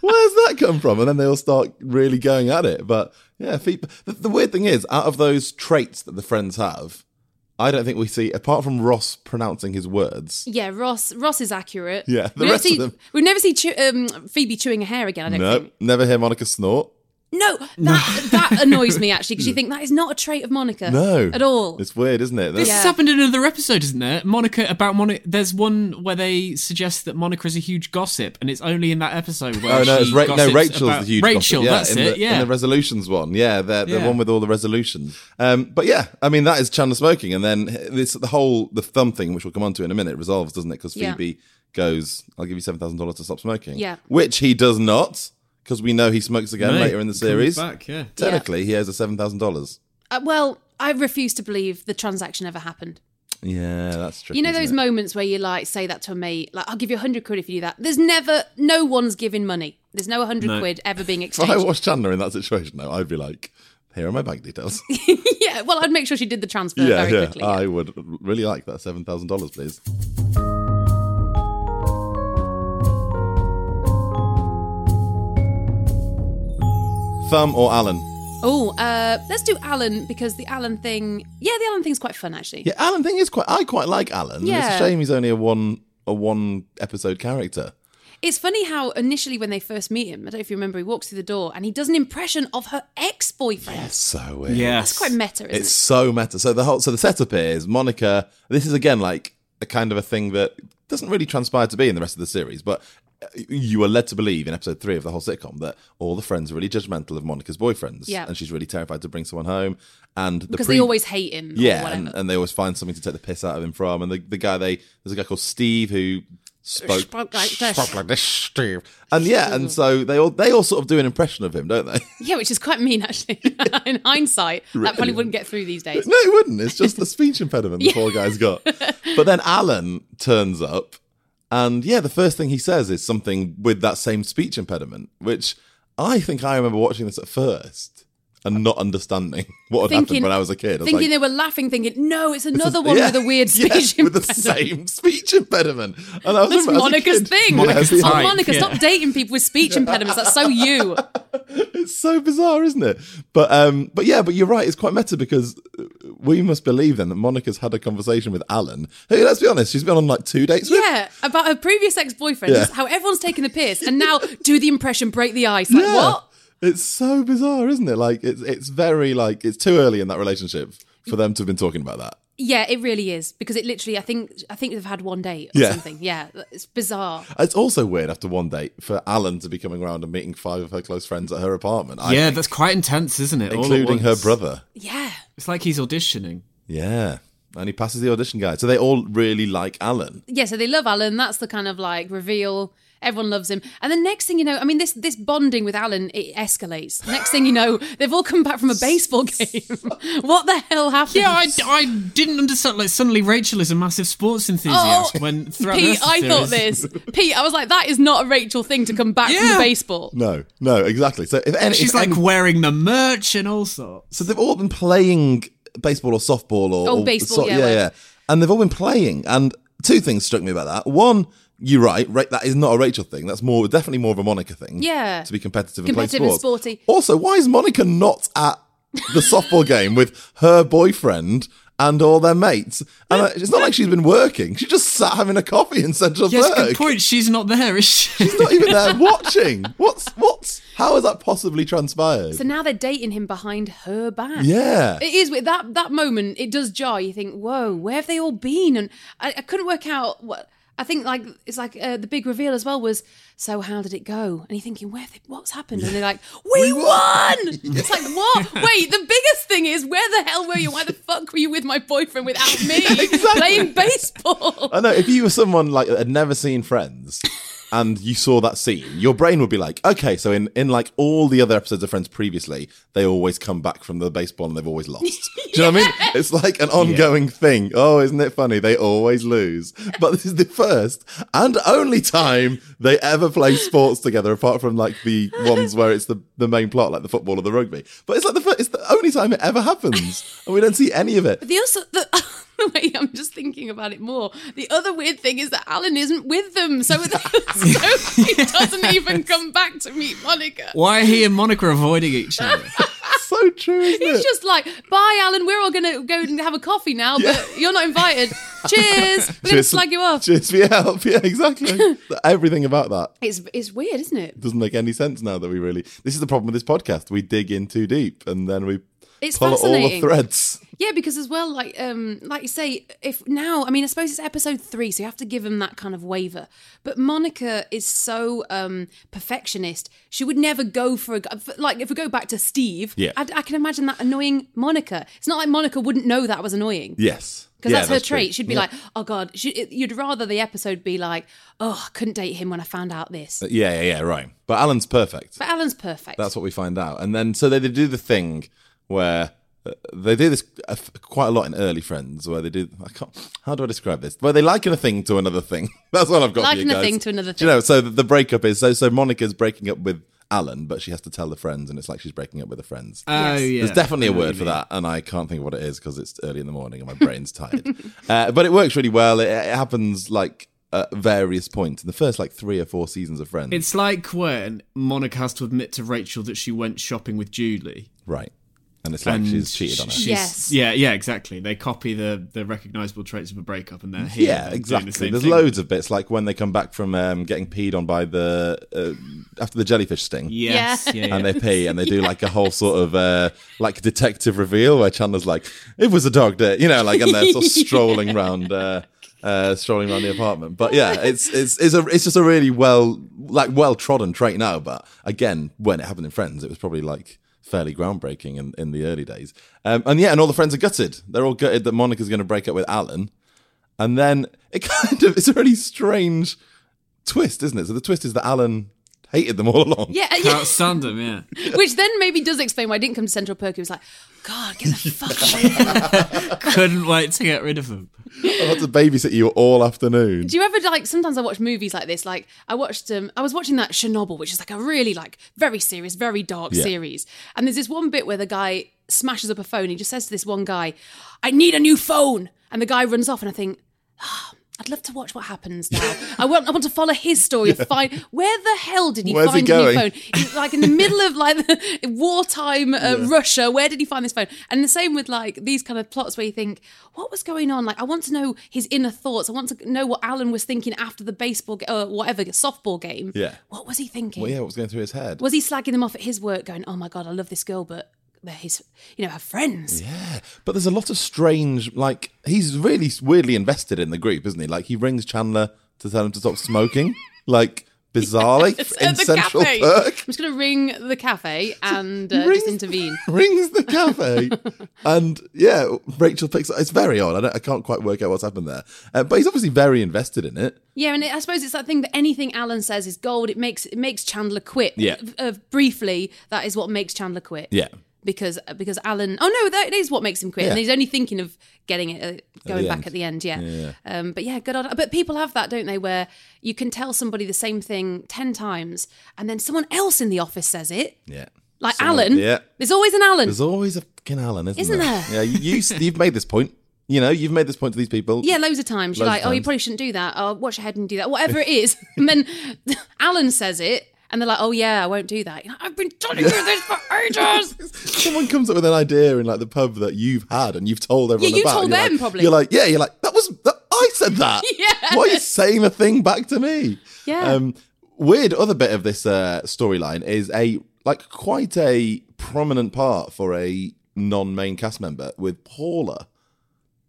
Speaker 3: Where's that come from? And then they all start really going at it. But yeah, Phoebe, the, the weird thing is, out of those traits that the friends have, I don't think we see, apart from Ross pronouncing his words.
Speaker 5: Yeah, Ross. Ross is accurate.
Speaker 3: Yeah, the
Speaker 5: we never
Speaker 3: rest of
Speaker 5: see-
Speaker 3: them-
Speaker 5: We never see chew, um, Phoebe chewing a hair again. I don't
Speaker 3: No,
Speaker 5: think.
Speaker 3: never hear Monica snort.
Speaker 5: No, that that annoys me
Speaker 3: [laughs]
Speaker 5: actually because you think that is not a trait of Monica.
Speaker 3: No.
Speaker 5: at all.
Speaker 3: It's weird, isn't it? That's-
Speaker 4: This has
Speaker 5: Yeah.
Speaker 4: happened in another episode, isn't it? Monica about Monica. There's one where they suggest that Monica is a huge gossip, and it's only in that episode where
Speaker 3: Oh no,
Speaker 4: she
Speaker 3: it's Ra- no
Speaker 4: gossips
Speaker 3: Rachel's
Speaker 4: about-
Speaker 3: the huge
Speaker 4: Rachel.
Speaker 3: gossip, Yeah,
Speaker 4: that's
Speaker 3: in
Speaker 4: it.
Speaker 3: The,
Speaker 4: yeah,
Speaker 3: in the resolutions one. Yeah, the, the
Speaker 4: Yeah.
Speaker 3: one with all the resolutions. Um, but yeah, I mean that is Chandler smoking, and then this the whole the thumb thing, which we'll come on to in a minute, resolves, doesn't it? Because
Speaker 5: Yeah.
Speaker 3: Phoebe goes, "I'll give you seven thousand dollars to stop smoking."
Speaker 5: Yeah.
Speaker 3: which he does not, because we know he smokes again
Speaker 4: No,
Speaker 3: later in the
Speaker 4: comes
Speaker 3: series.
Speaker 4: back, yeah.
Speaker 3: Technically, he owes us seven thousand dollars.
Speaker 5: Uh, well, I refuse to believe the transaction ever happened.
Speaker 3: Yeah, that's true.
Speaker 5: You know those moments where you like say that to a mate, like I'll give you a hundred quid if you do that. There's never, no one's giving money. There's no hundred
Speaker 4: No.
Speaker 5: quid
Speaker 3: [laughs]
Speaker 5: ever being
Speaker 3: If I
Speaker 5: exchanged.
Speaker 3: was Chandler in that situation, though, I'd be like, "Here are my bank details."
Speaker 5: [laughs] yeah, well, I'd make sure she did the transfer
Speaker 3: yeah,
Speaker 5: uh, very
Speaker 3: yeah.
Speaker 5: quickly.
Speaker 3: I would really like that seven thousand dollars, please. Thumb or Alan?
Speaker 5: Oh, uh, let's do Alan because the Alan thing. Yeah, the Alan thing's quite fun actually.
Speaker 3: Yeah, Alan thing is quite. I quite like Alan. It's
Speaker 5: Yeah.
Speaker 3: a shame he's only a one a one episode character.
Speaker 5: It's funny how initially when they first meet him, I don't know if you remember, he walks through the door and he does an impression of her ex-boyfriend.
Speaker 3: It's so weird.
Speaker 4: Yes.
Speaker 5: That's quite meta, isn't
Speaker 3: It's so meta. So the whole so the setup here is Monica. This is again like a kind of a thing that doesn't really transpire to be in the rest of the series, but uh, you were led to believe in episode three of the whole sitcom that all the friends are really judgmental of Monica's boyfriends,
Speaker 5: Yeah.
Speaker 3: and she's really terrified to bring someone home. And the
Speaker 5: Because
Speaker 3: pre-
Speaker 5: they always hate him. or
Speaker 3: yeah,
Speaker 5: whatever.
Speaker 3: and, and they always find something to take the piss out of him from. And the, the guy they there's a guy called Steve who spoke,
Speaker 5: Spoke like this.
Speaker 3: spoke uh, like this, Steve. And yeah, and so they all they all sort of do an impression of him, don't they? [laughs]
Speaker 5: yeah, which is quite mean actually. [laughs] In hindsight, that probably wouldn't get through these
Speaker 3: [laughs]
Speaker 5: days.
Speaker 3: No, it wouldn't. It's just the
Speaker 5: [laughs]
Speaker 3: speech impediment the poor guy's got. But then Alan turns up, and yeah, the first thing he says is something with that same speech impediment, which I think I remember watching this at first and not understanding [laughs] what had
Speaker 5: Thinking-
Speaker 3: happened when I was a kid. I was like,
Speaker 5: Thinking they were laughing, thinking, no, it's another one
Speaker 3: yeah,
Speaker 5: with a weird
Speaker 3: [laughs] yeah,
Speaker 5: speech
Speaker 3: with the same
Speaker 5: impediment."
Speaker 3: speech impediment. And I was
Speaker 5: [laughs] That's
Speaker 3: remember as a
Speaker 5: Monica's
Speaker 3: kid-
Speaker 5: thing.
Speaker 3: Yeah,
Speaker 4: Monica's
Speaker 3: yeah.
Speaker 4: type.
Speaker 5: Oh, Monica,
Speaker 4: Yeah.
Speaker 5: stop dating people with speech impediments. That's
Speaker 3: [laughs]
Speaker 5: so you.
Speaker 3: It's so bizarre, isn't it? But um, but yeah, but you're right. It's quite meta because we must believe then that Monica's had a conversation with Alan. Hey, let's be honest, she's been on like two dates with.
Speaker 5: Yeah, about her previous ex-boyfriend,
Speaker 3: Yeah.
Speaker 5: how everyone's taking the piss, and now do the impression, break the ice. Like,
Speaker 3: Yeah.
Speaker 5: what?
Speaker 3: It's so bizarre, isn't it? Like it's it's very like it's too early in that relationship for them to have been talking about that.
Speaker 5: Yeah, it really is because it literally. I think I think they've had one date or
Speaker 3: Yeah.
Speaker 5: something. Yeah, it's bizarre.
Speaker 3: It's also weird after one date for Alan to be coming around and meeting five of her close friends at her apartment, I-
Speaker 4: yeah, that's quite intense, isn't it? All at
Speaker 3: including her
Speaker 4: once.
Speaker 3: brother.
Speaker 5: Yeah,
Speaker 4: It's like he's auditioning.
Speaker 3: Yeah, and he passes the audition guide, so they all really like Alan.
Speaker 5: yeah. So they love Alan. That's the kind of like reveal. Everyone loves him. And the next thing you know, I mean, this this bonding with Alan it escalates. Next thing you know, they've all come back from a
Speaker 4: [laughs]
Speaker 5: baseball game. [laughs] what the hell happened?
Speaker 4: Yeah, I, [laughs] I didn't understand. Like suddenly, Rachel is a massive sports enthusiast. when throughout
Speaker 5: Pete,
Speaker 4: the rest
Speaker 5: I
Speaker 4: of the
Speaker 5: thought
Speaker 4: series-
Speaker 5: this. Pete, I was like, that is not a Rachel thing to come back from the
Speaker 4: Yeah.
Speaker 5: baseball.
Speaker 3: No, no, exactly. So if any,
Speaker 4: She's
Speaker 3: if
Speaker 4: like
Speaker 3: any-
Speaker 4: wearing the merch and all sorts.
Speaker 3: so they've all been playing baseball or softball or,
Speaker 5: Oh,
Speaker 3: or
Speaker 5: baseball, yeah,
Speaker 3: yeah,
Speaker 5: right.
Speaker 3: yeah. and they've all been playing. And two things struck me about that. One, you're right, right, that is not a Rachel thing. That's more definitely more of a Monica thing.
Speaker 5: Yeah.
Speaker 3: to be competitive,
Speaker 5: Competitive
Speaker 3: and
Speaker 5: and
Speaker 3: play sports.
Speaker 5: sporty.
Speaker 3: Also, why is Monica not at the softball game with her boyfriend? And all their mates, and uh, it's not like she's been working. She just sat having a coffee in Central
Speaker 4: Yes,
Speaker 3: Perk.
Speaker 4: good point. She's not there, is she?
Speaker 3: She's not even there watching. What's what's? How has that possibly transpired?
Speaker 5: So now they're dating him behind her back.
Speaker 3: yeah,
Speaker 5: It is with that that moment. It does jar. You think, whoa, where have they all been? And I, I couldn't work out what. I think like it's like uh, the big reveal as well was. So how did it go? And you're thinking, where they, what's happened? And they're like, we, won. It's like what? Wait, the biggest thing is where the hell were you? Why the fuck were you with my boyfriend without me
Speaker 3: Exactly.
Speaker 5: playing baseball?
Speaker 3: I know. If you were someone like that had never seen Friends, and you saw that scene, your brain would be like, okay, so in, in like all the other episodes of Friends previously, they always come back from the baseball and they've always lost. Do you know what I mean? It's like an ongoing thing. Oh, isn't it funny? They always lose. But this is the first and only time they ever play sports together, apart from like the ones where it's the, the main plot, like the football or the rugby. But it's like the first, it's the only time it ever happens. And we don't see any of it.
Speaker 5: The also the, [laughs] the way I'm just thinking about it more. The other weird thing is that Alan isn't with them, so, [laughs] so he doesn't even come back to meet Monica.
Speaker 4: [laughs] Why are he and Monica avoiding each other?
Speaker 3: so true, isn't
Speaker 5: He's
Speaker 3: it?
Speaker 5: just like, bye, Alan. We're all gonna go and have a coffee now, but you're
Speaker 3: [laughs]
Speaker 5: not invited. Cheers. We're gonna
Speaker 3: Cheers-
Speaker 5: slag you off.
Speaker 3: Cheers for your help. Yeah,
Speaker 5: [laughs]
Speaker 3: exactly. Everything about that
Speaker 5: It's it's weird, isn't it?
Speaker 3: doesn't make any sense now that we really. This is the problem with this podcast. We dig in too deep and then we
Speaker 5: It's
Speaker 3: pull at all the
Speaker 5: fascinating.
Speaker 3: threads.
Speaker 5: Yeah, because as well, like um, like you say, if now, I mean, I suppose it's episode three, so you have to give them that kind of waiver. But Monica is so um, perfectionist; she would never go for a g- for- like. If we go back to Steve,
Speaker 3: Yeah.
Speaker 5: I, I can imagine that annoying Monica. It's not like Monica wouldn't know that was annoying.
Speaker 3: Yes.
Speaker 5: Because
Speaker 3: Yeah,
Speaker 5: that's her
Speaker 3: true.
Speaker 5: trait. She'd be
Speaker 3: Yeah.
Speaker 5: like, "Oh God," she, it- you'd rather the episode be like, "Oh, I couldn't date him when I found out this."
Speaker 3: Yeah, yeah, yeah, right. But Alan's perfect.
Speaker 5: But Alan's perfect.
Speaker 3: That's what we find out. And then, so they, they do the thing where uh, they do this uh, f- quite a lot in early Friends, where they do. I can't. How do I describe this? Where they liken a thing to another thing. [laughs] That's what I've got. for
Speaker 5: Liken
Speaker 3: you
Speaker 5: a
Speaker 3: guys.
Speaker 5: thing to another
Speaker 3: Do you know, so the, the breakup is so. So Monica's breaking up with Alan, but she has to tell the friends, and it's like she's breaking up with the friends.
Speaker 4: [laughs] Oh yeah.
Speaker 3: There's definitely a word for that, and I can't think of what it is because it's early in the morning and my brain's tired.
Speaker 4: [laughs]
Speaker 3: Uh, but it works really well. It, it happens like at various points in the first like three or four seasons of Friends.
Speaker 4: It's like when Monica has to admit to Rachel that she went shopping with Julie.
Speaker 3: right, and it's like
Speaker 4: and
Speaker 3: she's cheated on her.
Speaker 4: she's-
Speaker 5: Yes.
Speaker 4: Yeah, yeah, exactly. They copy the the recognizable traits of a breakup and they're here.
Speaker 3: Yeah,
Speaker 4: they're doing the
Speaker 3: exactly.
Speaker 4: same
Speaker 3: There's
Speaker 4: thing.
Speaker 3: loads of bits, like when they come back from um, getting peed on by the uh, after the jellyfish sting,
Speaker 4: Yes. Yeah. yeah,
Speaker 3: and they pee, and they do like a whole sort
Speaker 4: [laughs]
Speaker 3: of uh, like detective reveal where Chandler's like, "It was a dog day," you know, like, and they're sort
Speaker 4: [laughs]
Speaker 3: of [laughs] strolling round, uh, uh, strolling around the apartment. But
Speaker 4: [laughs]
Speaker 3: yeah, it's it's it's a it's just a really well like well trodden trait now. But again, when it happened in Friends, it was probably like. Fairly groundbreaking in, in the early days, um, and yeah, and all the friends are gutted. They're all gutted that Monica's going to break up with Alan, and then it [laughs] kind of it's a really strange twist, isn't it? So the twist is that Alan hated them all along.
Speaker 5: yeah, yeah.
Speaker 4: Can't stand them, yeah. [laughs]
Speaker 5: Which then maybe does explain why I didn't come to Central Perk. It was like, God, get the fuck away from
Speaker 4: Couldn't wait to get rid of them.
Speaker 3: I had to babysit you all afternoon.
Speaker 5: [laughs] Do you ever like sometimes I watch movies like this? Like I watched um I was watching that Chernobyl, which is like a really like very serious, very dark
Speaker 3: Yeah.
Speaker 5: series. And there's this one bit where the guy smashes up a phone, he just says to this one guy, I need a new phone. And the guy runs off and I think, "Ah, I'd love to watch what happens now. I want I want to follow his
Speaker 3: [laughs]
Speaker 5: story of find where the hell did he
Speaker 3: Where's he
Speaker 5: find a new
Speaker 3: going?
Speaker 5: phone? He's like in the middle of like the wartime uh, Russia. Where did he find this phone? And the same with like these kind of plots where you think, what was going on? Like, I want to know his inner thoughts. I want to know what Alan was thinking after the baseball, ga- uh, whatever softball game.
Speaker 3: Yeah.
Speaker 5: what was he thinking?
Speaker 3: Well, yeah, what was going through his head?
Speaker 5: Was he slagging them off at his work, going, "Oh my god, I love this girl, but they're his, you know, her friends."
Speaker 3: Yeah, but there's a lot of strange. Like he's really weirdly invested in the group, isn't he? Like he rings Chandler to tell him to stop smoking. [laughs] like bizarrely in
Speaker 5: At the
Speaker 3: Central
Speaker 5: cafe. I'm
Speaker 3: Perk. [laughs]
Speaker 5: just going to ring the cafe and uh,
Speaker 3: Rings-
Speaker 5: just intervene.
Speaker 3: rings the cafe, and yeah, Rachel picks. It's very odd. I, don't, I can't quite work out what's happened there, uh, but he's obviously very invested in it.
Speaker 5: Yeah, and it, I suppose it's that thing that anything Alan says is gold. It makes it makes Chandler quit.
Speaker 3: Yeah.
Speaker 5: Uh, briefly, that is what makes Chandler quit.
Speaker 3: Yeah,
Speaker 5: Because because Alan, oh no, that is what makes him quit, and
Speaker 3: Yeah.
Speaker 5: he's only thinking of getting it, uh, going
Speaker 3: the
Speaker 5: back
Speaker 3: end.
Speaker 5: at the end. Yeah. Um, but yeah, good. On, but people have that, don't they? Where you can tell somebody the same thing ten times, and then someone else in the office says it,
Speaker 3: yeah.
Speaker 5: like
Speaker 3: Someone-
Speaker 5: Alan.
Speaker 3: Yeah.
Speaker 5: There's always an Alan.
Speaker 3: There's always a fucking Alan, isn't,
Speaker 5: Isn't
Speaker 3: there?
Speaker 5: there?
Speaker 3: Yeah, you, you, you've made this point. You know, you've made this point to these people.
Speaker 5: Yeah, loads of times. You're
Speaker 3: Loads
Speaker 5: like,
Speaker 3: of
Speaker 5: oh, you
Speaker 3: times.
Speaker 5: probably shouldn't do that. Oh, watch your head and do that. Whatever it is. [laughs] and then Alan says it, and they're like, oh, yeah, I won't do that. You're like, I've been telling you
Speaker 3: [laughs]
Speaker 5: this for ages.
Speaker 3: Someone comes up with an idea in like the pub that you've had and you've told everyone
Speaker 5: Yeah, you
Speaker 3: about.
Speaker 5: told
Speaker 3: and you're
Speaker 5: them,
Speaker 3: like-
Speaker 5: probably.
Speaker 3: You're like, yeah, you're like, that was, that, I said that.
Speaker 5: [laughs] Yeah.
Speaker 3: Why are you saying a thing back to me?
Speaker 5: Yeah.
Speaker 3: Um, weird other bit of this uh, storyline is a, like, quite a prominent part for a non main cast member with Paula,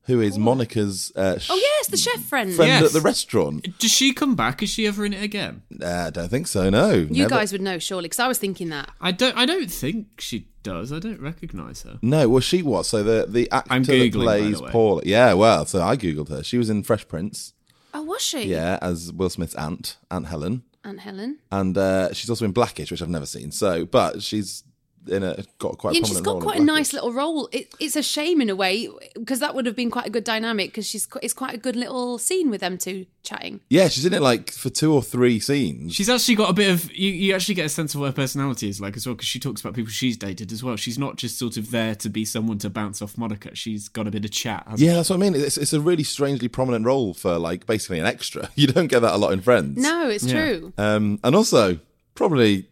Speaker 3: who is Monica's uh, sh-
Speaker 5: oh, yes, the chef friend.
Speaker 3: friend
Speaker 4: Yes.
Speaker 3: at the restaurant.
Speaker 4: Does she come back? Is she ever in it again?
Speaker 3: Uh, I don't think so, no.
Speaker 5: You guys would know, surely, because I was thinking that.
Speaker 4: I don't I don't think she does. I don't recognise her.
Speaker 3: No, well, she was. So the the actor
Speaker 4: I'm
Speaker 3: that
Speaker 4: Googling, by the
Speaker 3: plays
Speaker 4: way.
Speaker 3: Paula. Yeah, well, so I googled her. She was in Fresh Prince.
Speaker 5: Oh, was she?
Speaker 3: Yeah, as Will Smith's aunt, Aunt Helen.
Speaker 5: Aunt Helen.
Speaker 3: and uh, she's also in Blackish, which I've never seen. So, but she's in a got quite.
Speaker 5: Yeah,
Speaker 3: a prominent
Speaker 5: and she's got
Speaker 3: role in
Speaker 5: quite a
Speaker 3: Blackish.
Speaker 5: nice little role. It, it's a shame in a way because that would have been quite a good dynamic because she's qu- it's quite a good little scene with them two chatting.
Speaker 3: Yeah, she's in it like for two or three scenes.
Speaker 4: She's actually got a bit of you. You actually get a sense of what her personality is like as well, because she talks about people she's dated as well. She's not just sort of there to be someone to bounce off Monica. She's got a bit of chat. Hasn't
Speaker 3: yeah, that's what I mean. It's, it's a really strangely prominent role for like basically an extra. [laughs] You don't get that a lot in Friends.
Speaker 5: No, it's true.
Speaker 3: Um, and also, probably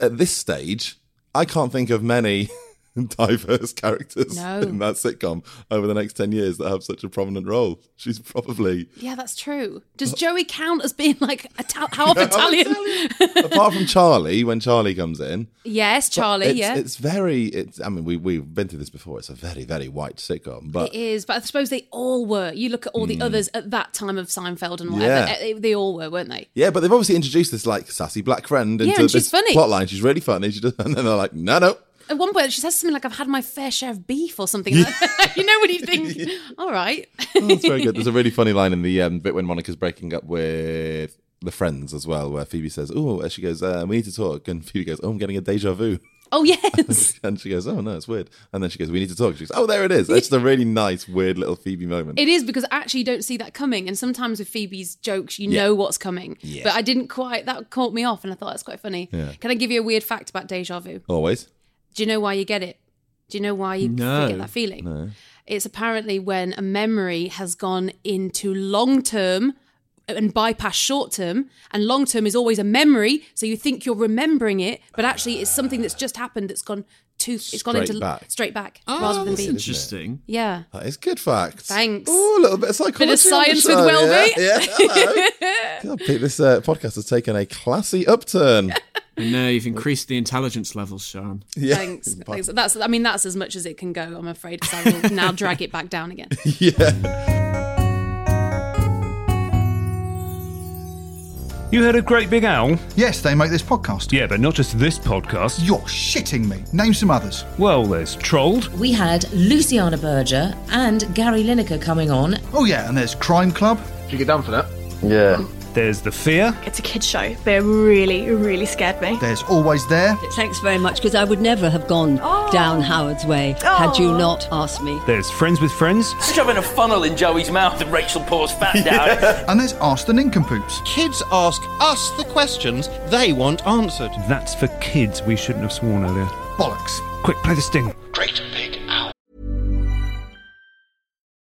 Speaker 3: at this stage, I can't think of many [laughs] diverse characters
Speaker 5: No.
Speaker 3: in that sitcom over the next 10 years that have such a prominent role. She's probably,
Speaker 5: Yeah, that's true. Does Joey count as being like Ital-
Speaker 3: [laughs]
Speaker 5: half Italian? [laughs]
Speaker 3: apart from Charlie, when Charlie comes in,
Speaker 5: yes, Charlie.
Speaker 3: it's,
Speaker 5: yeah,
Speaker 3: it's very, it's, I mean, we, we've been through this before. It's a very, very white sitcom, but
Speaker 5: it is. But I suppose they all were. You look at all the others at that time of Seinfeld and whatever.
Speaker 3: Hmm. Yeah.
Speaker 5: eh, They, they all were, weren't they?
Speaker 3: yeah, but they've obviously introduced this like sassy black friend into
Speaker 5: and she's
Speaker 3: this
Speaker 5: funny.
Speaker 3: plot line. She's really funny. She does, [laughs] and then they're like, no, no,
Speaker 5: At one point, she says something like, "I've had my fair share of beef" or
Speaker 3: [laughs]
Speaker 5: something. [laughs] you know when you think, all right. [laughs]
Speaker 3: Oh, That's very good. There's a really funny line in the um, bit when Monica's breaking up with the friends as well, where Phoebe says, "Oh," she goes, uh, "We need to talk," and Phoebe goes, "Oh, I'm getting a deja vu," [laughs]
Speaker 5: oh yes.
Speaker 3: and she goes, "Oh no, it's weird," and then she goes, "We need to talk." She goes, "Oh, there it is." It's just a really nice, weird little Phoebe moment.
Speaker 5: It is because actually you don't see that coming, and sometimes with Phoebe's jokes, you
Speaker 3: Yeah.
Speaker 5: know what's coming.
Speaker 3: Yeah.
Speaker 5: But I didn't quite. That caught me off, and I thought that's quite funny. Can I give you a weird fact about deja vu?
Speaker 3: Always.
Speaker 5: Do you know why you get it? Do you know why you
Speaker 4: No.
Speaker 5: get that feeling? It's apparently when a memory has gone into long term and bypass short term, and long term is always a memory. So you think you're remembering it, but actually it's something that's just happened that's gone too. It's gone
Speaker 3: Straight
Speaker 5: into
Speaker 3: back.
Speaker 5: straight back
Speaker 4: Oh,
Speaker 5: rather than
Speaker 4: that's
Speaker 5: being.
Speaker 4: interesting.
Speaker 5: Yeah.
Speaker 3: That is good facts.
Speaker 5: Thanks.
Speaker 3: Oh, a little bit of psychology.
Speaker 5: science
Speaker 3: on the
Speaker 5: with
Speaker 3: show,
Speaker 5: Welby.
Speaker 3: Yeah. yeah.
Speaker 5: [laughs]
Speaker 3: hello. God, Pete, this uh, podcast has taken a classy upturn. [laughs]
Speaker 4: I know you've increased the intelligence levels, Sean.
Speaker 3: Yeah.
Speaker 5: Thanks. Thanks. That's. I mean, that's as much as it can go. I'm afraid. 'cause I will now drag it back down again.
Speaker 6: You heard of Great Big Owl?
Speaker 2: Yes, they make this podcast.
Speaker 6: Yeah, but not just this podcast.
Speaker 2: You're shitting me. Name some others.
Speaker 6: Well, there's Trolled.
Speaker 7: We had Luciana Berger and Gary Lineker coming on.
Speaker 2: Oh, yeah, and there's Crime Club.
Speaker 6: There's The Fear.
Speaker 8: [laughs] It's a kids show, but it really, really scared me.
Speaker 2: There's Always There.
Speaker 9: Thanks very much because I would never have gone down Howard's way had
Speaker 5: Oh.
Speaker 8: Oh.
Speaker 9: you not asked me.
Speaker 6: There's Friends with Friends.
Speaker 9: Shoving a funnel in Joey's mouth and Rachel pours fat down.
Speaker 2: [laughs] And there's Ask the Nincompoops.
Speaker 9: Kids ask us the questions they want answered.
Speaker 6: That's for kids. We shouldn't have sworn earlier.
Speaker 2: Bollocks.
Speaker 6: Quick, play the sting.
Speaker 10: Great Big Owl.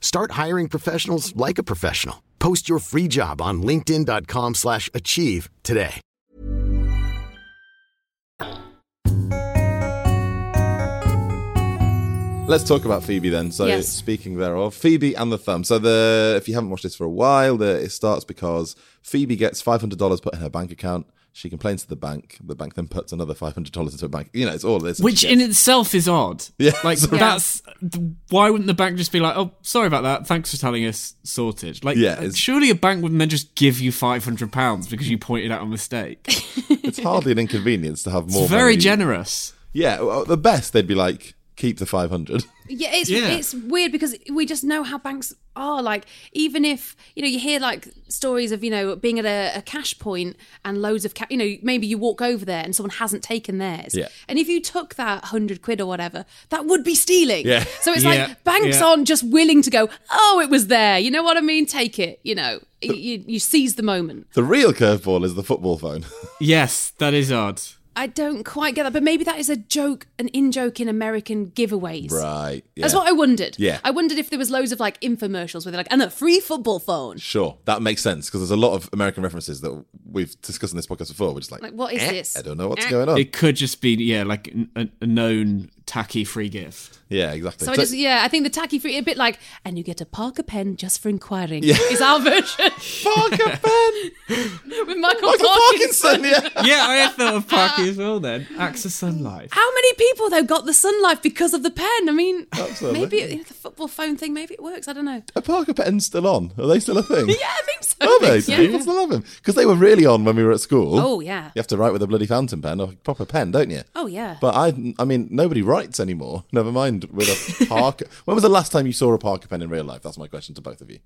Speaker 1: Start hiring professionals like a professional. Post your free job on linkedin.com/achieve slash achieve today.
Speaker 3: Let's talk about Phoebe then. So,
Speaker 5: Yes.
Speaker 3: speaking thereof, Phoebe and the thumb. So, the if you haven't watched this for a while, the, it starts because Phoebe gets five hundred dollars put in her bank account. She complains to the bank. The bank then puts another five hundred dollars into her bank. You know, it's all this.
Speaker 4: Which in itself is odd.
Speaker 3: [laughs] Yeah,
Speaker 4: Like
Speaker 3: sorry.
Speaker 4: that's why wouldn't the bank just be like, "Oh, sorry about that. Thanks for telling us sorted." Like
Speaker 3: Yeah, it's-
Speaker 4: surely a bank wouldn't then just give you 500 pounds because you pointed out a mistake.
Speaker 3: it's hardly an inconvenience to have more.
Speaker 4: it's very
Speaker 3: money.
Speaker 4: generous.
Speaker 3: Yeah, well, at the best they'd be like keep the five hundred. [laughs]
Speaker 5: Yeah, it's
Speaker 4: Yeah.
Speaker 5: it's weird because we just know how banks are. Like, even if you know, you hear like stories of you know being at a, a cash point and loads of cash. You know, maybe you walk over there and someone hasn't taken theirs.
Speaker 3: Yeah.
Speaker 5: And if you took that hundred quid or whatever, that would be stealing.
Speaker 3: Yeah.
Speaker 5: So it's
Speaker 4: Yeah.
Speaker 5: like banks
Speaker 4: Yeah.
Speaker 5: aren't just willing to go. Oh, it was there. You know what I mean? Take it. You know, you, you, you seize the moment.
Speaker 3: The real curveball is the football phone. [laughs]
Speaker 4: Yes, that is odd.
Speaker 5: I don't quite get that, but maybe that is a joke, an in joke in American giveaways.
Speaker 3: right. Yeah.
Speaker 5: That's what I wondered.
Speaker 3: Yeah.
Speaker 5: I wondered if there was loads of like infomercials where they're like, and a free football phone.
Speaker 3: Sure, that makes sense because there's a lot of American references that we've discussed in this podcast before. We're just like,
Speaker 5: Like, what is
Speaker 3: "Eh,
Speaker 5: this?"
Speaker 3: I don't know what's going on.
Speaker 4: It could just be yeah, like n- a, a known tacky free gift.
Speaker 3: Yeah, exactly.
Speaker 5: So I
Speaker 3: So-
Speaker 5: just, yeah, I think the tacky free, a bit like, and you get a Parker pen just for inquiring. Is
Speaker 3: [laughs]
Speaker 5: our version [laughs]
Speaker 3: Parker Ben,
Speaker 5: with Michael,
Speaker 3: Michael
Speaker 5: Parkinson.
Speaker 3: Parkinson. Yeah.
Speaker 4: Yeah, I had thought of Parky as well then. Access Sun Life.
Speaker 5: How many people though got the sun life because of the pen? I mean,
Speaker 3: [laughs] Absolutely.
Speaker 5: maybe you know, the football phone thing, maybe it works. I
Speaker 3: [laughs]
Speaker 5: don't know.
Speaker 3: Are Parker Ben's still on? Are they still a thing?
Speaker 5: Yeah, I think so.
Speaker 3: [laughs] Are they? Do
Speaker 5: Yeah.
Speaker 3: people still love him? Because they were really on when we were at school.
Speaker 5: Oh, yeah.
Speaker 3: You have to write with a bloody fountain pen or a proper pen, don't you?
Speaker 5: Oh, yeah.
Speaker 3: But I, I mean, nobody writes anymore. Never mind with a Parker. when was the last time you saw a Parker pen in real life? That's my question to both of you.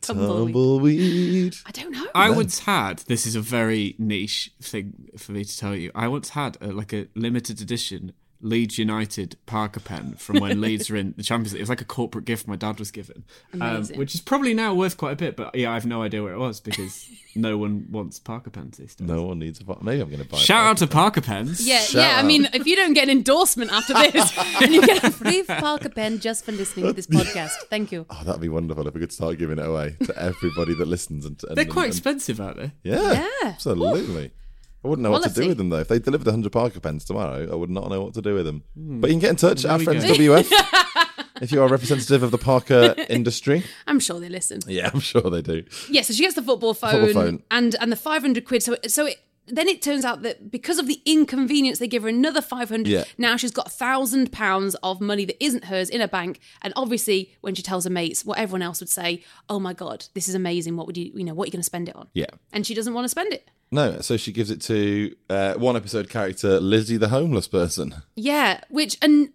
Speaker 5: Tumbleweed.
Speaker 3: Tumbleweed.
Speaker 5: I don't know.
Speaker 4: I once had this is a very niche thing for me to tell you. I once had a, like a limited edition Leeds United Parker pen from [laughs] when Leeds were in the Champions League. It was like a corporate gift my dad was given, um, which is probably now worth quite a bit. But yeah, I have no idea where it was [laughs] because no one wants Parker pens these days.
Speaker 3: No one needs a Parker. Maybe I'm going to buy. a
Speaker 4: Shout
Speaker 3: Parker
Speaker 4: out to Parker pens.
Speaker 5: yeah,
Speaker 3: Shout
Speaker 5: yeah. I mean, if you don't get an endorsement after
Speaker 3: [laughs]
Speaker 5: this, and you get a free Parker pen just for listening to this podcast, thank you.
Speaker 3: Oh, that'd be wonderful if we could start giving it away to everybody that listens. And, and
Speaker 4: They're quite
Speaker 3: and-
Speaker 4: expensive, aren't they?
Speaker 3: yeah,
Speaker 5: Yeah.
Speaker 3: absolutely. I wouldn't know what to do
Speaker 5: Quality.
Speaker 3: with them though. If they delivered 100 Parker pens tomorrow, I would not know what to do with them. But you can get in touch at
Speaker 4: Hmm. we go.
Speaker 3: friends WF
Speaker 4: [laughs]
Speaker 3: if you are representative of the Parker
Speaker 5: [laughs]
Speaker 3: industry.
Speaker 5: I'm sure they listen.
Speaker 3: Yeah, I'm sure they do.
Speaker 5: Yeah, so she gets the football phone,
Speaker 3: Football phone.
Speaker 5: and and the five hundred quid. So so it, then it turns out that because of the inconvenience, they give her another five hundred.
Speaker 3: Yeah.
Speaker 5: Now she's got thousand pounds of money that isn't hers in her bank, and obviously when she tells her mates, what everyone else would say, "Oh my god, this is amazing! What would you you know what are you going to spend it on?"
Speaker 3: Yeah.
Speaker 5: and she doesn't want to spend it.
Speaker 3: No, so she gives it to uh, one episode character Lizzie, the homeless person.
Speaker 5: Yeah, which and.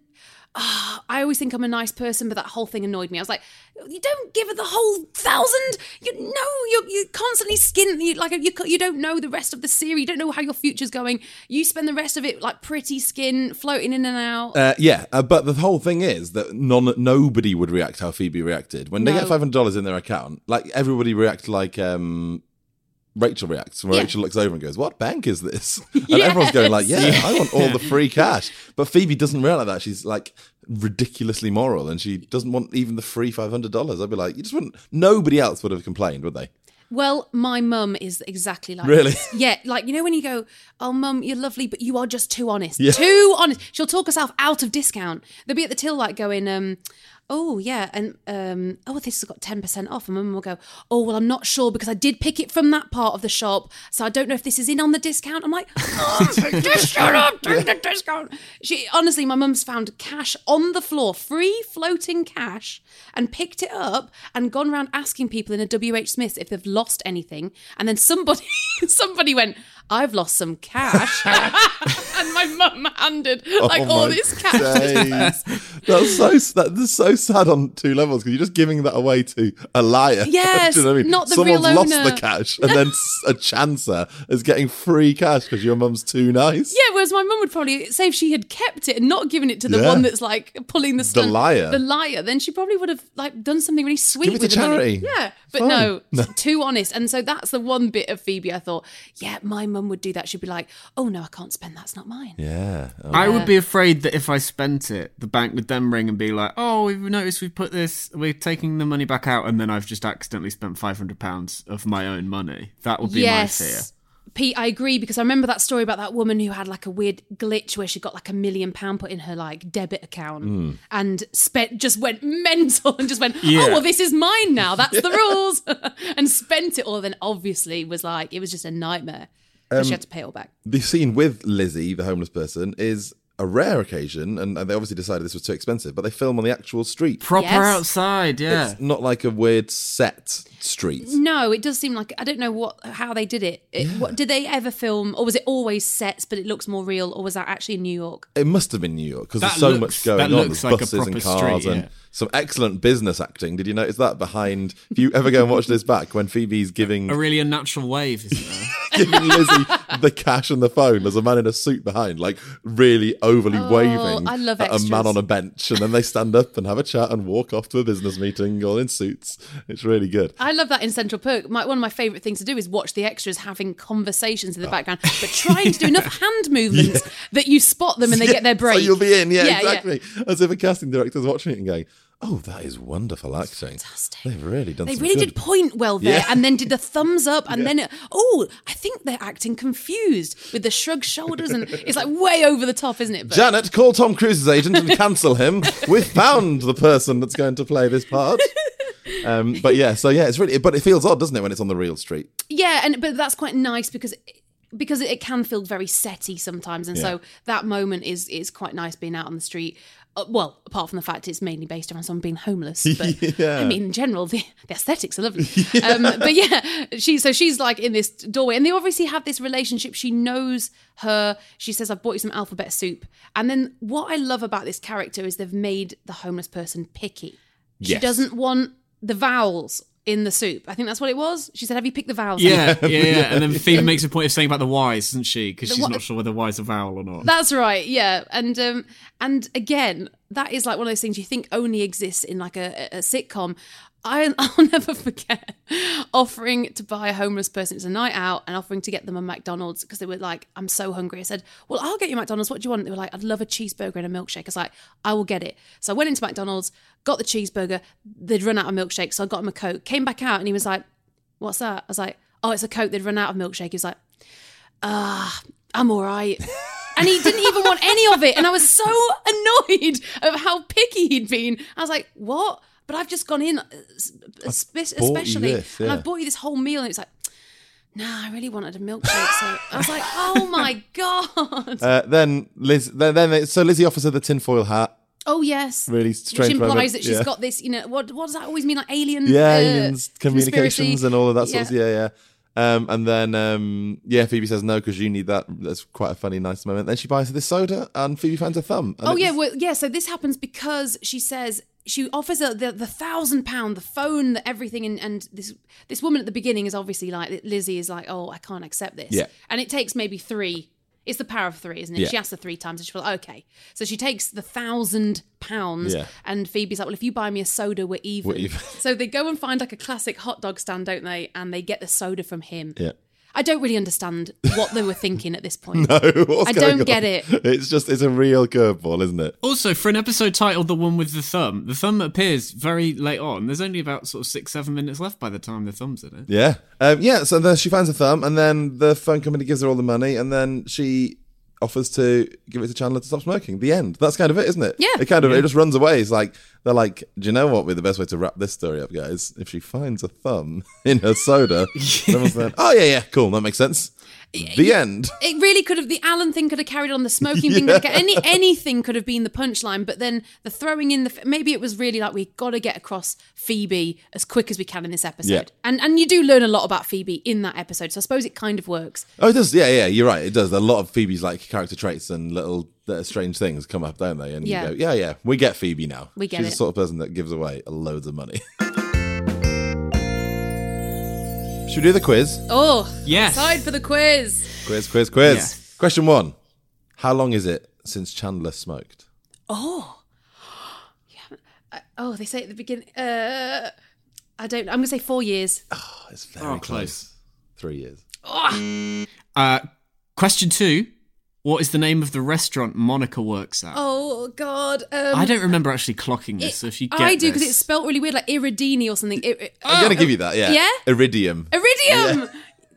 Speaker 5: ah, I always think I'm a nice person, but that whole thing annoyed me. I was like, "You don't give her the whole thousand. You know, you you constantly skin you, like you you don't know the rest of the series. You don't know how your future's going. You spend the rest of it like pretty skin, floating in and out.
Speaker 3: Uh, yeah, uh, but the whole thing is that none, nobody would react how Phoebe reacted when they
Speaker 5: No.
Speaker 3: get five hundred dollars in their account. Like everybody reacts like um, Rachel reacts when
Speaker 5: Yeah.
Speaker 3: Rachel looks over and goes, "What bank is this?" [laughs] And everyone's going like, "Yeah, I want
Speaker 5: [laughs]
Speaker 3: all the free cash." But Phoebe doesn't realize that she's like ridiculously moral, and she doesn't want even the free five hundred dollars. I'd be like, "You just wouldn't." Nobody else would have complained, would they?
Speaker 5: well, my mum is exactly like
Speaker 3: Really?
Speaker 5: this. Yeah, like you know when you go, "Oh, mum, you're lovely, but you are just too honest. Too honest." She'll talk herself out of discount. They'll be at the till like going, um, "Oh yeah," and um, "Oh, this has got ten percent off." And mum will go, "Oh well, I'm not sure because I did pick it from that part of the shop, so I don't know if this is in on the discount."
Speaker 3: [laughs]
Speaker 5: I'm like, "Oh, "Just shut up, take the discount." She honestly, my mum's found cash on the floor, free floating cash, and picked it up and gone around asking people in a WH Smiths if they've lost anything, and then somebody [laughs] somebody went. I've lost some cash, [laughs] and my mum handed like
Speaker 3: Oh
Speaker 5: all
Speaker 3: my
Speaker 5: this cash.
Speaker 3: days. That's so that, that's so sad on two levels because you're just giving that away to a liar. [laughs]
Speaker 5: Yes,
Speaker 3: Do you know what I mean?
Speaker 5: not the
Speaker 3: Someone's
Speaker 5: real
Speaker 3: lost
Speaker 5: owner.
Speaker 3: the
Speaker 5: [laughs]
Speaker 3: cash, and then s- a chancer is getting free cash because your mum's too nice.
Speaker 5: Yeah, whereas my mum would probably say if she had kept it and not given it to the
Speaker 3: Yeah.
Speaker 5: one that's like pulling the stunt,
Speaker 3: liar.
Speaker 5: the liar, then she probably would have like done something really sweet.
Speaker 3: Give it to
Speaker 5: with the money.
Speaker 3: charity.
Speaker 5: Yeah, but
Speaker 3: Fine.
Speaker 5: no,
Speaker 3: [laughs]
Speaker 5: too honest. And so that's the one bit of Phoebe I thought, yeah, my mum would do that. She'd be like, oh no, I can't spend. That's not mine.
Speaker 3: Yeah. Oh,
Speaker 4: I would be afraid that if I spent it, the bank would then ring and be like, "Oh, we've noticed we've put this, we're taking the money back out, and then I've just accidentally spent five hundred pounds of my own money." That would be my fear.
Speaker 5: Pete, I agree because I remember that story about that woman who had like a weird glitch where she got like a million pound put in her like debit account
Speaker 11: Mm.
Speaker 5: and spent just went [laughs] mental and just went,
Speaker 11: Yeah.
Speaker 5: oh well, this is mine now. That's the rules, [laughs] and spent it all. Then obviously was like it was just a nightmare. but
Speaker 3: Um,
Speaker 5: she had to pay it all back.
Speaker 3: The scene with Lizzie, the homeless person, is a rare occasion, and and they obviously decided this was too expensive, but they film on the actual street.
Speaker 4: Proper Yes. outside, yeah.
Speaker 3: It's not like a weird set street.
Speaker 5: No, it does seem like I don't know what how they did it. it What did they ever film, or was it always sets but it looks more real, or was that actually in New York?
Speaker 3: It must have been New York because
Speaker 4: That
Speaker 3: there's so
Speaker 4: looks-
Speaker 3: much going
Speaker 4: that
Speaker 3: on.
Speaker 4: looks
Speaker 3: There's
Speaker 4: like a
Speaker 3: buses and
Speaker 4: proper
Speaker 3: cars
Speaker 4: street,
Speaker 3: and
Speaker 4: yeah.
Speaker 3: some excellent business acting. Did you notice that behind? If you ever go and watch this back, when Phoebe's giving
Speaker 4: [laughs] A really unnatural wave, isn't
Speaker 3: [laughs]
Speaker 4: there?
Speaker 3: giving Lizzie the cash and the phone, there's a man in a suit behind, like really overly
Speaker 5: Oh,
Speaker 3: waving
Speaker 5: I love
Speaker 3: at a man
Speaker 5: extras.
Speaker 3: on a bench, and then they stand up and have a chat and walk off to a business meeting all in suits. It's really good.
Speaker 5: I love that in Central Perk. My, one of my favourite things to do is watch the extras having conversations
Speaker 3: Oh.
Speaker 5: in the background, but trying
Speaker 3: [laughs]
Speaker 5: to do enough hand movements that you spot them and they get their break.
Speaker 3: So you'll be in, yeah, exactly. As if a casting director's watching it and going, "Oh, that is wonderful acting. Fantastic. They've really done.
Speaker 5: They
Speaker 3: some
Speaker 5: really
Speaker 3: good.
Speaker 5: did point well there,
Speaker 3: Yeah.
Speaker 5: and then did the thumbs up, and
Speaker 3: Yeah.
Speaker 5: then oh, I think they're acting confused with the shrugged shoulders, and it's like way over the top, isn't it? But-
Speaker 3: Janet, call Tom Cruise's agent and cancel him. We've found the person that's going to play this part. Um, but yeah, so yeah, it's really, but it feels odd, doesn't it, when it's on the real street?
Speaker 5: Yeah, and but that's quite nice because because it can feel very setty sometimes, and
Speaker 3: Yeah.
Speaker 5: so that moment is is quite nice being out on the street. Uh, well, apart from the fact it's mainly based around someone being homeless,
Speaker 11: [laughs]
Speaker 5: but
Speaker 11: Yeah.
Speaker 5: I mean, in general, the, the aesthetics are
Speaker 11: [laughs]
Speaker 5: lovely. Um, but yeah, she so she's like in this doorway, and they obviously have this relationship. She knows her. She says, "I've bought you some alphabet soup," and then what I love about this character is they've made the homeless person picky. She
Speaker 11: Yes.
Speaker 5: doesn't want the vowels in the soup. I think that's what it was. She said, "Have you picked the vowels?"
Speaker 4: Yeah, yeah, yeah.
Speaker 5: yeah.
Speaker 4: And then Phoebe makes a point of saying about the Y's, doesn't she? Because
Speaker 5: The
Speaker 4: she's
Speaker 5: wh-
Speaker 4: not sure whether Y's a vowel or not.
Speaker 5: That's right. Yeah, and um, and again, that is like one of those things you think only exists in like a, a sitcom. I, [laughs] I'll never forget offering to buy a homeless person it's a night out and offering to get them a McDonald's because they were like, "I'm so hungry." I said, "Well, I'll get you McDonald's. What do you want?" They were like, "I'd love a cheeseburger and a milkshake." I was like, "I will get it." So I went into McDonald's, got the cheeseburger. They'd run out of milkshake, so I got him a coke. Came back out and he was like, "What's that?" I was like, "Oh, it's a coke." They'd run out of milkshake. He was like, "Ah, I'm all right." and he didn't even want any of it. And I was so annoyed of how picky he'd been. I was like, what? But I've just gone in, uh, s- spe-
Speaker 11: bought you
Speaker 5: especially,
Speaker 11: this,
Speaker 5: and
Speaker 11: yeah.
Speaker 5: I've bought you this whole meal, and it's like, nah, I really wanted a milkshake. So I was like, oh my god.
Speaker 3: Uh, then Liz, then, then so Lizzie offers her the tinfoil hat.
Speaker 5: Oh yes.
Speaker 3: Really strange
Speaker 5: Which implies
Speaker 3: moment,
Speaker 5: that she's
Speaker 3: yeah.
Speaker 5: got this, you know, what what does that always mean? Like alien
Speaker 3: Yeah,
Speaker 5: uh,
Speaker 3: aliens, communications
Speaker 5: conspiracy?
Speaker 3: and all of that sort
Speaker 5: yeah.
Speaker 3: of yeah, yeah. Um, and then um, yeah, Phoebe says no because you need that. That's quite a funny, nice moment. Then she buys her this soda, and Phoebe finds her thumb. And
Speaker 5: Oh
Speaker 3: it
Speaker 5: yeah,
Speaker 3: was-
Speaker 5: well yeah. So this happens because she says she offers her the the thousand pound, the phone, the everything, and and this this woman at the beginning is obviously like Lizzie is like, oh, I can't accept this.
Speaker 11: Yeah.
Speaker 5: And it takes maybe three. It's the power of three, isn't it?
Speaker 11: Yeah.
Speaker 5: She asks her three times, and she's like, okay. So she takes the thousand pounds,
Speaker 11: Yeah.
Speaker 5: and Phoebe's like, well, if you buy me a soda, we're even.
Speaker 11: We're even.
Speaker 5: so they go and find like a classic hot dog stand, don't they? And they get the soda from him.
Speaker 3: [laughs] yeah.
Speaker 5: I don't really understand what they were thinking at this
Speaker 3: [laughs]
Speaker 5: point.
Speaker 3: No, what's
Speaker 5: I
Speaker 3: going
Speaker 5: don't
Speaker 3: on?
Speaker 5: get it.
Speaker 3: It's just it's a real curveball, isn't it?
Speaker 4: Also, for an episode titled "The One with the Thumb," the thumb appears very late on. There's only about sort of six, seven minutes left by the time the thumb's in it.
Speaker 3: Yeah. Um, yeah, so then she finds a thumb, and then the phone company gives her all the money, and then she offers to give it to Chandler to stop smoking. The end. That's kind of it, isn't it?
Speaker 5: Yeah.
Speaker 3: It kind of
Speaker 5: Yeah.
Speaker 3: it just runs away. It's like they're like, do you know what? We're the best way to wrap this story up, guys. If she finds a thumb [laughs] in her soda, someone's like, oh yeah, yeah, cool, that makes sense. The end.
Speaker 5: It really could have the Alan thing could have carried on the smoking thing could
Speaker 3: [laughs]
Speaker 5: have
Speaker 3: Yeah.
Speaker 5: ca- any anything could have been the punchline but then the throwing in the maybe it was really like we got to get across Phoebe as quick as we can in this episode
Speaker 3: Yeah.
Speaker 5: and and you do learn a lot about Phoebe in that episode so I suppose it kind of works
Speaker 3: Oh, it does. Yeah, yeah, you're right. It does. A lot of Phoebe's like character traits and little uh, strange things come up, don't they? And
Speaker 5: Yeah.
Speaker 3: you go, yeah, yeah, we get Phoebe now.
Speaker 5: We get
Speaker 3: She's
Speaker 5: it.
Speaker 3: the sort of person that gives away loads of money. [laughs] Should we do the quiz?
Speaker 5: oh
Speaker 3: Yes.
Speaker 5: aside for the quiz
Speaker 3: Quiz, quiz, quiz. Question one How long is it since Chandler smoked?
Speaker 5: oh yeah Uh, oh they say at the beginning uh I don't I'm going to say 4 years
Speaker 3: Oh, it's very
Speaker 4: Oh,
Speaker 3: close.
Speaker 4: close.
Speaker 3: Three years.
Speaker 4: Uh, question two: What is the name of the restaurant Monica works at?
Speaker 5: oh god um,
Speaker 4: I don't remember actually clocking this.
Speaker 5: it-
Speaker 4: so if you get
Speaker 5: I do because
Speaker 4: this-
Speaker 5: it's spelt really weird like iridini or something I- I-
Speaker 3: I'm going to give you that, yeah.
Speaker 5: Yeah?
Speaker 3: Iridium.
Speaker 5: Iridium.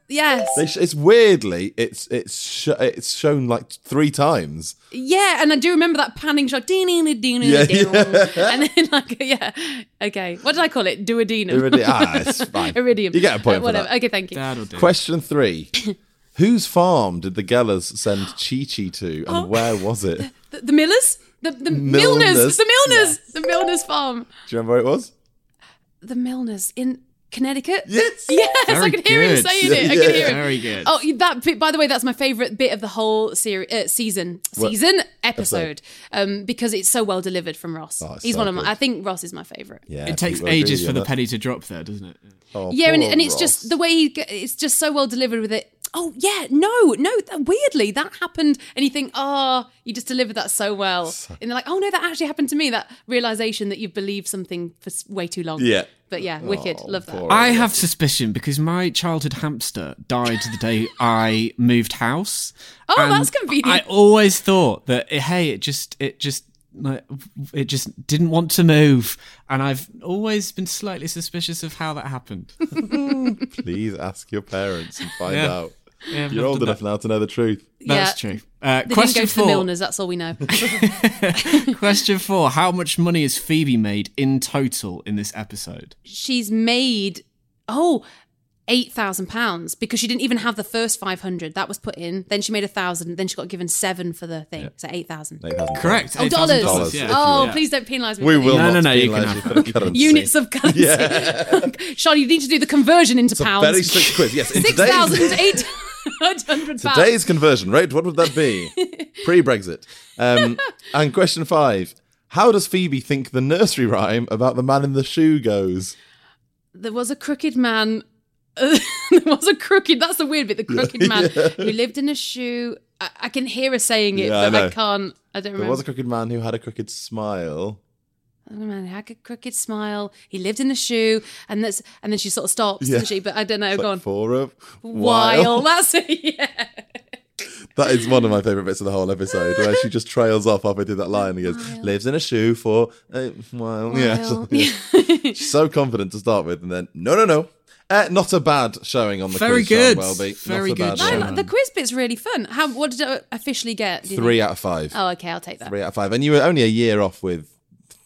Speaker 5: Yes.
Speaker 3: They sh- it's weirdly it's it's sh- it's shown like three times.
Speaker 5: Yeah, and I do remember that panning shot. Ding, ding, ding, ding,
Speaker 3: Yeah,
Speaker 5: ding.
Speaker 3: yeah.
Speaker 5: And then, like, yeah. Okay. What did I call it? Duodenum.
Speaker 3: Iridi- ah, it's fine.
Speaker 5: Iridium.
Speaker 3: You get a point
Speaker 5: Uh,
Speaker 3: for
Speaker 5: whatever.
Speaker 3: that.
Speaker 5: Okay, thank you.
Speaker 3: Question three: Whose farm did the Gellers
Speaker 5: [gasps]
Speaker 3: send Chi Chi to, and
Speaker 5: Oh.
Speaker 3: where was
Speaker 5: [laughs]
Speaker 3: it? Do
Speaker 5: The, the Millers? The, the Milners.
Speaker 3: Milners.
Speaker 5: The Milners. The Milners farm.
Speaker 3: you remember where it was?
Speaker 5: The Milners in Connecticut.
Speaker 3: Yes.
Speaker 5: [laughs] Yes, I
Speaker 4: Very
Speaker 5: can hear him
Speaker 4: good.
Speaker 5: saying it. I can hear him.
Speaker 4: Very good.
Speaker 5: Oh, you- that bit, by the way, that's my favorite bit of the whole series, uh, season,
Speaker 3: What?
Speaker 5: season episode, um, because it's so well delivered from Ross.
Speaker 3: Oh, it's
Speaker 5: He's
Speaker 3: so
Speaker 5: one of my.
Speaker 3: good.
Speaker 5: I think Ross is my favorite.
Speaker 3: Yeah.
Speaker 4: it takes
Speaker 3: people agree
Speaker 4: ages for
Speaker 3: on
Speaker 4: the
Speaker 3: that.
Speaker 4: penny to drop there, doesn't it?
Speaker 3: Oh,
Speaker 5: Yeah, and,
Speaker 3: poor
Speaker 5: and it's
Speaker 3: Ross.
Speaker 5: just the way he, g- it's just so well delivered with it. Oh yeah, no, no. th- Weirdly, that happened, and you think, oh, you just delivered that so well, and they're like, oh no, that actually happened to me. That realization that you've believed something for s- way too long.
Speaker 3: Yeah.
Speaker 5: but yeah, wicked, love that.
Speaker 3: poor
Speaker 4: I have suspicion because my childhood hamster died the day I moved house.
Speaker 5: [laughs] Oh,
Speaker 4: And
Speaker 5: that's convenient.
Speaker 4: I always thought that eh, hey, it just it just like it just didn't want to move, and I've always been slightly suspicious of how that happened. [laughs]
Speaker 3: Please ask your parents and find
Speaker 4: Yeah.
Speaker 3: out.
Speaker 4: Yeah, I've
Speaker 3: You're
Speaker 4: not
Speaker 3: old
Speaker 4: done
Speaker 3: enough now to know the truth.
Speaker 4: That's
Speaker 5: Yeah.
Speaker 4: true. Uh,
Speaker 5: They didn't
Speaker 4: question
Speaker 5: go to the
Speaker 4: four.
Speaker 5: Milners. That's all we know.
Speaker 4: [laughs] question four. How much money has Phoebe made in total in this episode?
Speaker 5: she's made oh eight thousand pounds because she didn't even have the first five hundred that was put in. Then she made a thousand. Then she got given seven for the thing, so eight thousand.
Speaker 3: Eight thousand
Speaker 4: Correct.
Speaker 5: Oh, dollars!
Speaker 3: Dollars, yeah.
Speaker 5: Oh,
Speaker 3: Yeah.
Speaker 5: please don't penalise me.
Speaker 3: We
Speaker 5: for that.
Speaker 3: will
Speaker 4: No,
Speaker 3: not
Speaker 4: no, no, you can
Speaker 3: penalise
Speaker 4: have
Speaker 3: for
Speaker 4: that. [laughs]
Speaker 3: the currency.
Speaker 5: Units of currency. [laughs] Sean, you need to do the conversion into
Speaker 3: It's a
Speaker 5: pounds.
Speaker 3: very six quid. Yes, in
Speaker 5: Six
Speaker 3: today's-
Speaker 5: thousand eight
Speaker 3: [laughs]
Speaker 5: hundred pounds.
Speaker 3: Today's conversion rate, what would that
Speaker 5: [laughs]
Speaker 3: be? Pre Brexit. Um, and question five How does Phoebe think the nursery rhyme about the man in the shoe goes?
Speaker 5: there was a crooked man. [laughs] there was a crooked. That's the weird bit.
Speaker 3: [laughs]
Speaker 5: The crooked man who lived in a shoe. I, I can hear her saying it,
Speaker 3: Yeah, I
Speaker 5: but I,
Speaker 3: know.
Speaker 5: can't. I don't
Speaker 3: There
Speaker 5: remember.
Speaker 3: was a crooked man who had a crooked smile.
Speaker 5: Oh, man, had a crooked smile. He lived in a shoe, and that's and then she sort of stops,
Speaker 3: Yeah.
Speaker 5: doesn't she? But I don't know.
Speaker 3: It's
Speaker 5: go
Speaker 3: like
Speaker 5: on.
Speaker 3: For a
Speaker 5: While
Speaker 3: while.
Speaker 5: [laughs] that's it. Yeah.
Speaker 3: That is one of my favourite bits of the whole episode, where she just trails off halfway through that line and goes, lives in a shoe for a while. Yeah. so-
Speaker 5: While.
Speaker 3: [laughs] yeah.
Speaker 5: [laughs]
Speaker 3: She's so confident to start with, and then, no, no, no. Uh, not a bad showing on the
Speaker 4: Very
Speaker 3: quiz, Sean
Speaker 4: good.
Speaker 3: Welby. Not
Speaker 4: Very
Speaker 3: a
Speaker 4: good,
Speaker 3: bad
Speaker 4: Sean.
Speaker 5: No,
Speaker 3: showing.
Speaker 4: Yeah.
Speaker 5: the quiz bit's really fun. How? What did I officially get? do you
Speaker 3: Three
Speaker 5: think?
Speaker 3: out of five.
Speaker 5: Oh, okay, I'll take that.
Speaker 3: three out of five, and you were only a year off with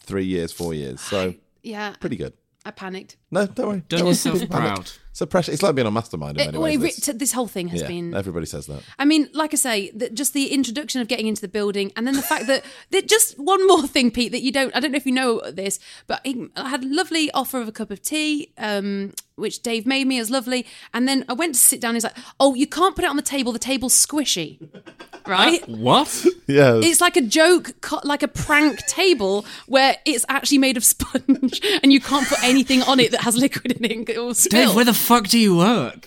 Speaker 3: three years, four years, so
Speaker 5: Yeah,
Speaker 3: pretty good.
Speaker 5: I panicked.
Speaker 3: No, don't worry. Don't
Speaker 4: Done
Speaker 3: worry.
Speaker 4: yourself
Speaker 3: Don't panic.
Speaker 4: proud.
Speaker 3: It's a pressure. It's like being on Mastermind in
Speaker 5: It-
Speaker 3: many
Speaker 5: well, it
Speaker 3: ways.
Speaker 5: re-
Speaker 3: this.
Speaker 5: t- this whole thing has
Speaker 3: yeah,
Speaker 5: been
Speaker 3: everybody says that.
Speaker 5: I mean, like I say, the, just the introduction of getting into the building, and then the fact that, [laughs] that just one more thing, Pete, that you don't. I don't know if you know this, but I I had a lovely offer of a cup of tea, um, which Dave made me. It was lovely, and then I went to sit down. He's like, "Oh, you can't put it on the table. The table's squishy, [laughs] right?"
Speaker 4: What?
Speaker 3: Yeah, it's,
Speaker 5: It's like a joke, co- like a prank table where it's actually made of sponge, [laughs] and you can't put anything on it that has liquid in it. and It will spill.
Speaker 4: Dave, where the fuck do you work?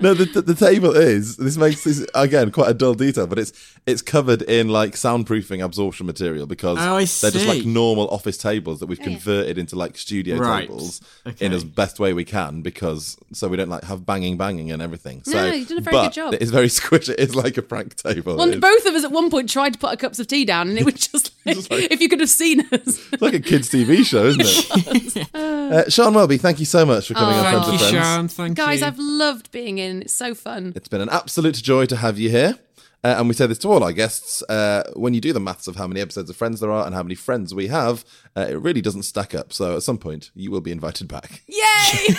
Speaker 3: no. The, the, the table is. This makes this again quite a dull detail, but it's it's covered in like soundproofing absorption material because
Speaker 4: Oh, I
Speaker 3: they're just like
Speaker 4: see.
Speaker 3: normal office tables that we've converted into like studio
Speaker 4: Right.
Speaker 3: tables in
Speaker 4: Okay.
Speaker 3: as best way we can because so we don't like have banging banging and everything.
Speaker 5: No,
Speaker 3: so,
Speaker 5: you've done a very good
Speaker 3: but
Speaker 5: job.
Speaker 3: It's very [laughs] squishy. It's like a prank table.
Speaker 5: Well,
Speaker 3: It is.
Speaker 5: both of us at one point tried to put our cups of tea down, and it was just like, if you could have seen us.
Speaker 3: It's like a kids' TV show, isn't it?
Speaker 5: [laughs]
Speaker 3: uh, Sean Welby, thank you so much for coming
Speaker 5: Oh,
Speaker 3: on
Speaker 4: Thank
Speaker 3: Friends
Speaker 4: you,
Speaker 3: of Friends.
Speaker 4: Sean. Thank
Speaker 5: Guys,
Speaker 4: you.
Speaker 5: I've loved being in. It's so fun.
Speaker 3: It's been an absolute joy to have you here. Uh, and we say this to all our guests uh, when you do the maths of how many episodes of Friends there are and how many friends we have, uh, it really doesn't stack up. So at some point, you will be invited back [laughs]
Speaker 5: Yay!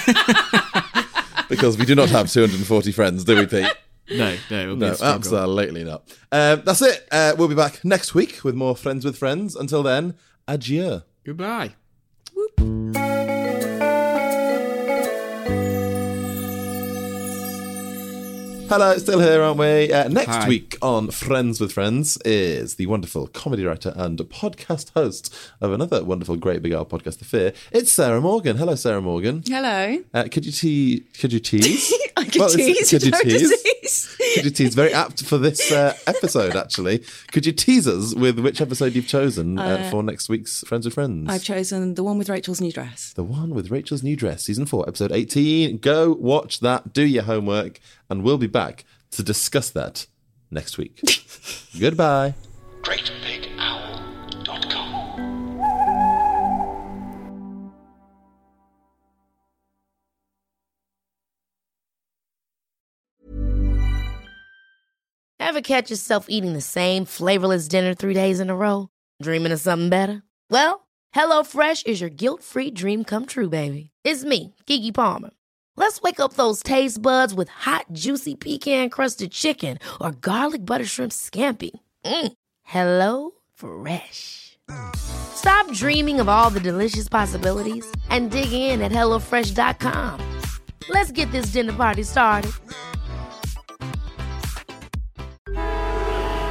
Speaker 3: because we do not have 240 friends, do we, Pete?
Speaker 4: No, no, it'll
Speaker 3: [laughs]
Speaker 4: be
Speaker 3: No,
Speaker 4: a struggle.
Speaker 3: absolutely not. Uh, that's it. Uh, we'll be back next week with more Friends with Friends. Until then, adieu.
Speaker 4: Goodbye.
Speaker 3: Hello, still here, aren't we? Uh, next
Speaker 4: Hi.
Speaker 3: week on Friends with Friends is the wonderful comedy writer and podcast host of another wonderful Great Big Owl podcast, The Fear. It's Sarah Morgan. Hello, Sarah Morgan.
Speaker 12: Hello.
Speaker 3: Uh, could you tea? Could you tease?
Speaker 12: [laughs] I could
Speaker 3: Well,
Speaker 12: tease.
Speaker 3: it's-
Speaker 5: [laughs]
Speaker 3: Could you
Speaker 12: don't
Speaker 3: tease?
Speaker 12: tease.
Speaker 3: Could you tease? Very apt for this uh, episode, actually. Could you tease us with which episode you've chosen uh, for next week's Friends with Friends?
Speaker 12: I've chosen the one with Rachel's new dress.
Speaker 3: the one with Rachel's new dress, season four, episode eighteen. Go watch that. Do your homework, and we'll be back to discuss that
Speaker 12: [laughs]
Speaker 3: next week. Goodbye.
Speaker 2: GreatBigOwl.com.
Speaker 7: Ever catch yourself eating the same flavorless dinner three days in a row? Dreaming of something better? Well, HelloFresh is your guilt free dream come true, baby. It's me, Gigi Palmer. Let's wake up those taste buds with hot, juicy pecan crusted chicken or garlic butter shrimp scampi. Mm. Hello Fresh. Stop dreaming of all the delicious possibilities and dig in at HelloFresh.com. Let's get this dinner party started.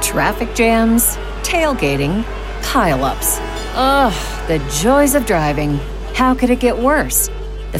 Speaker 5: Traffic jams, tailgating, pileups. Ugh, the joys of driving. How could it get worse? The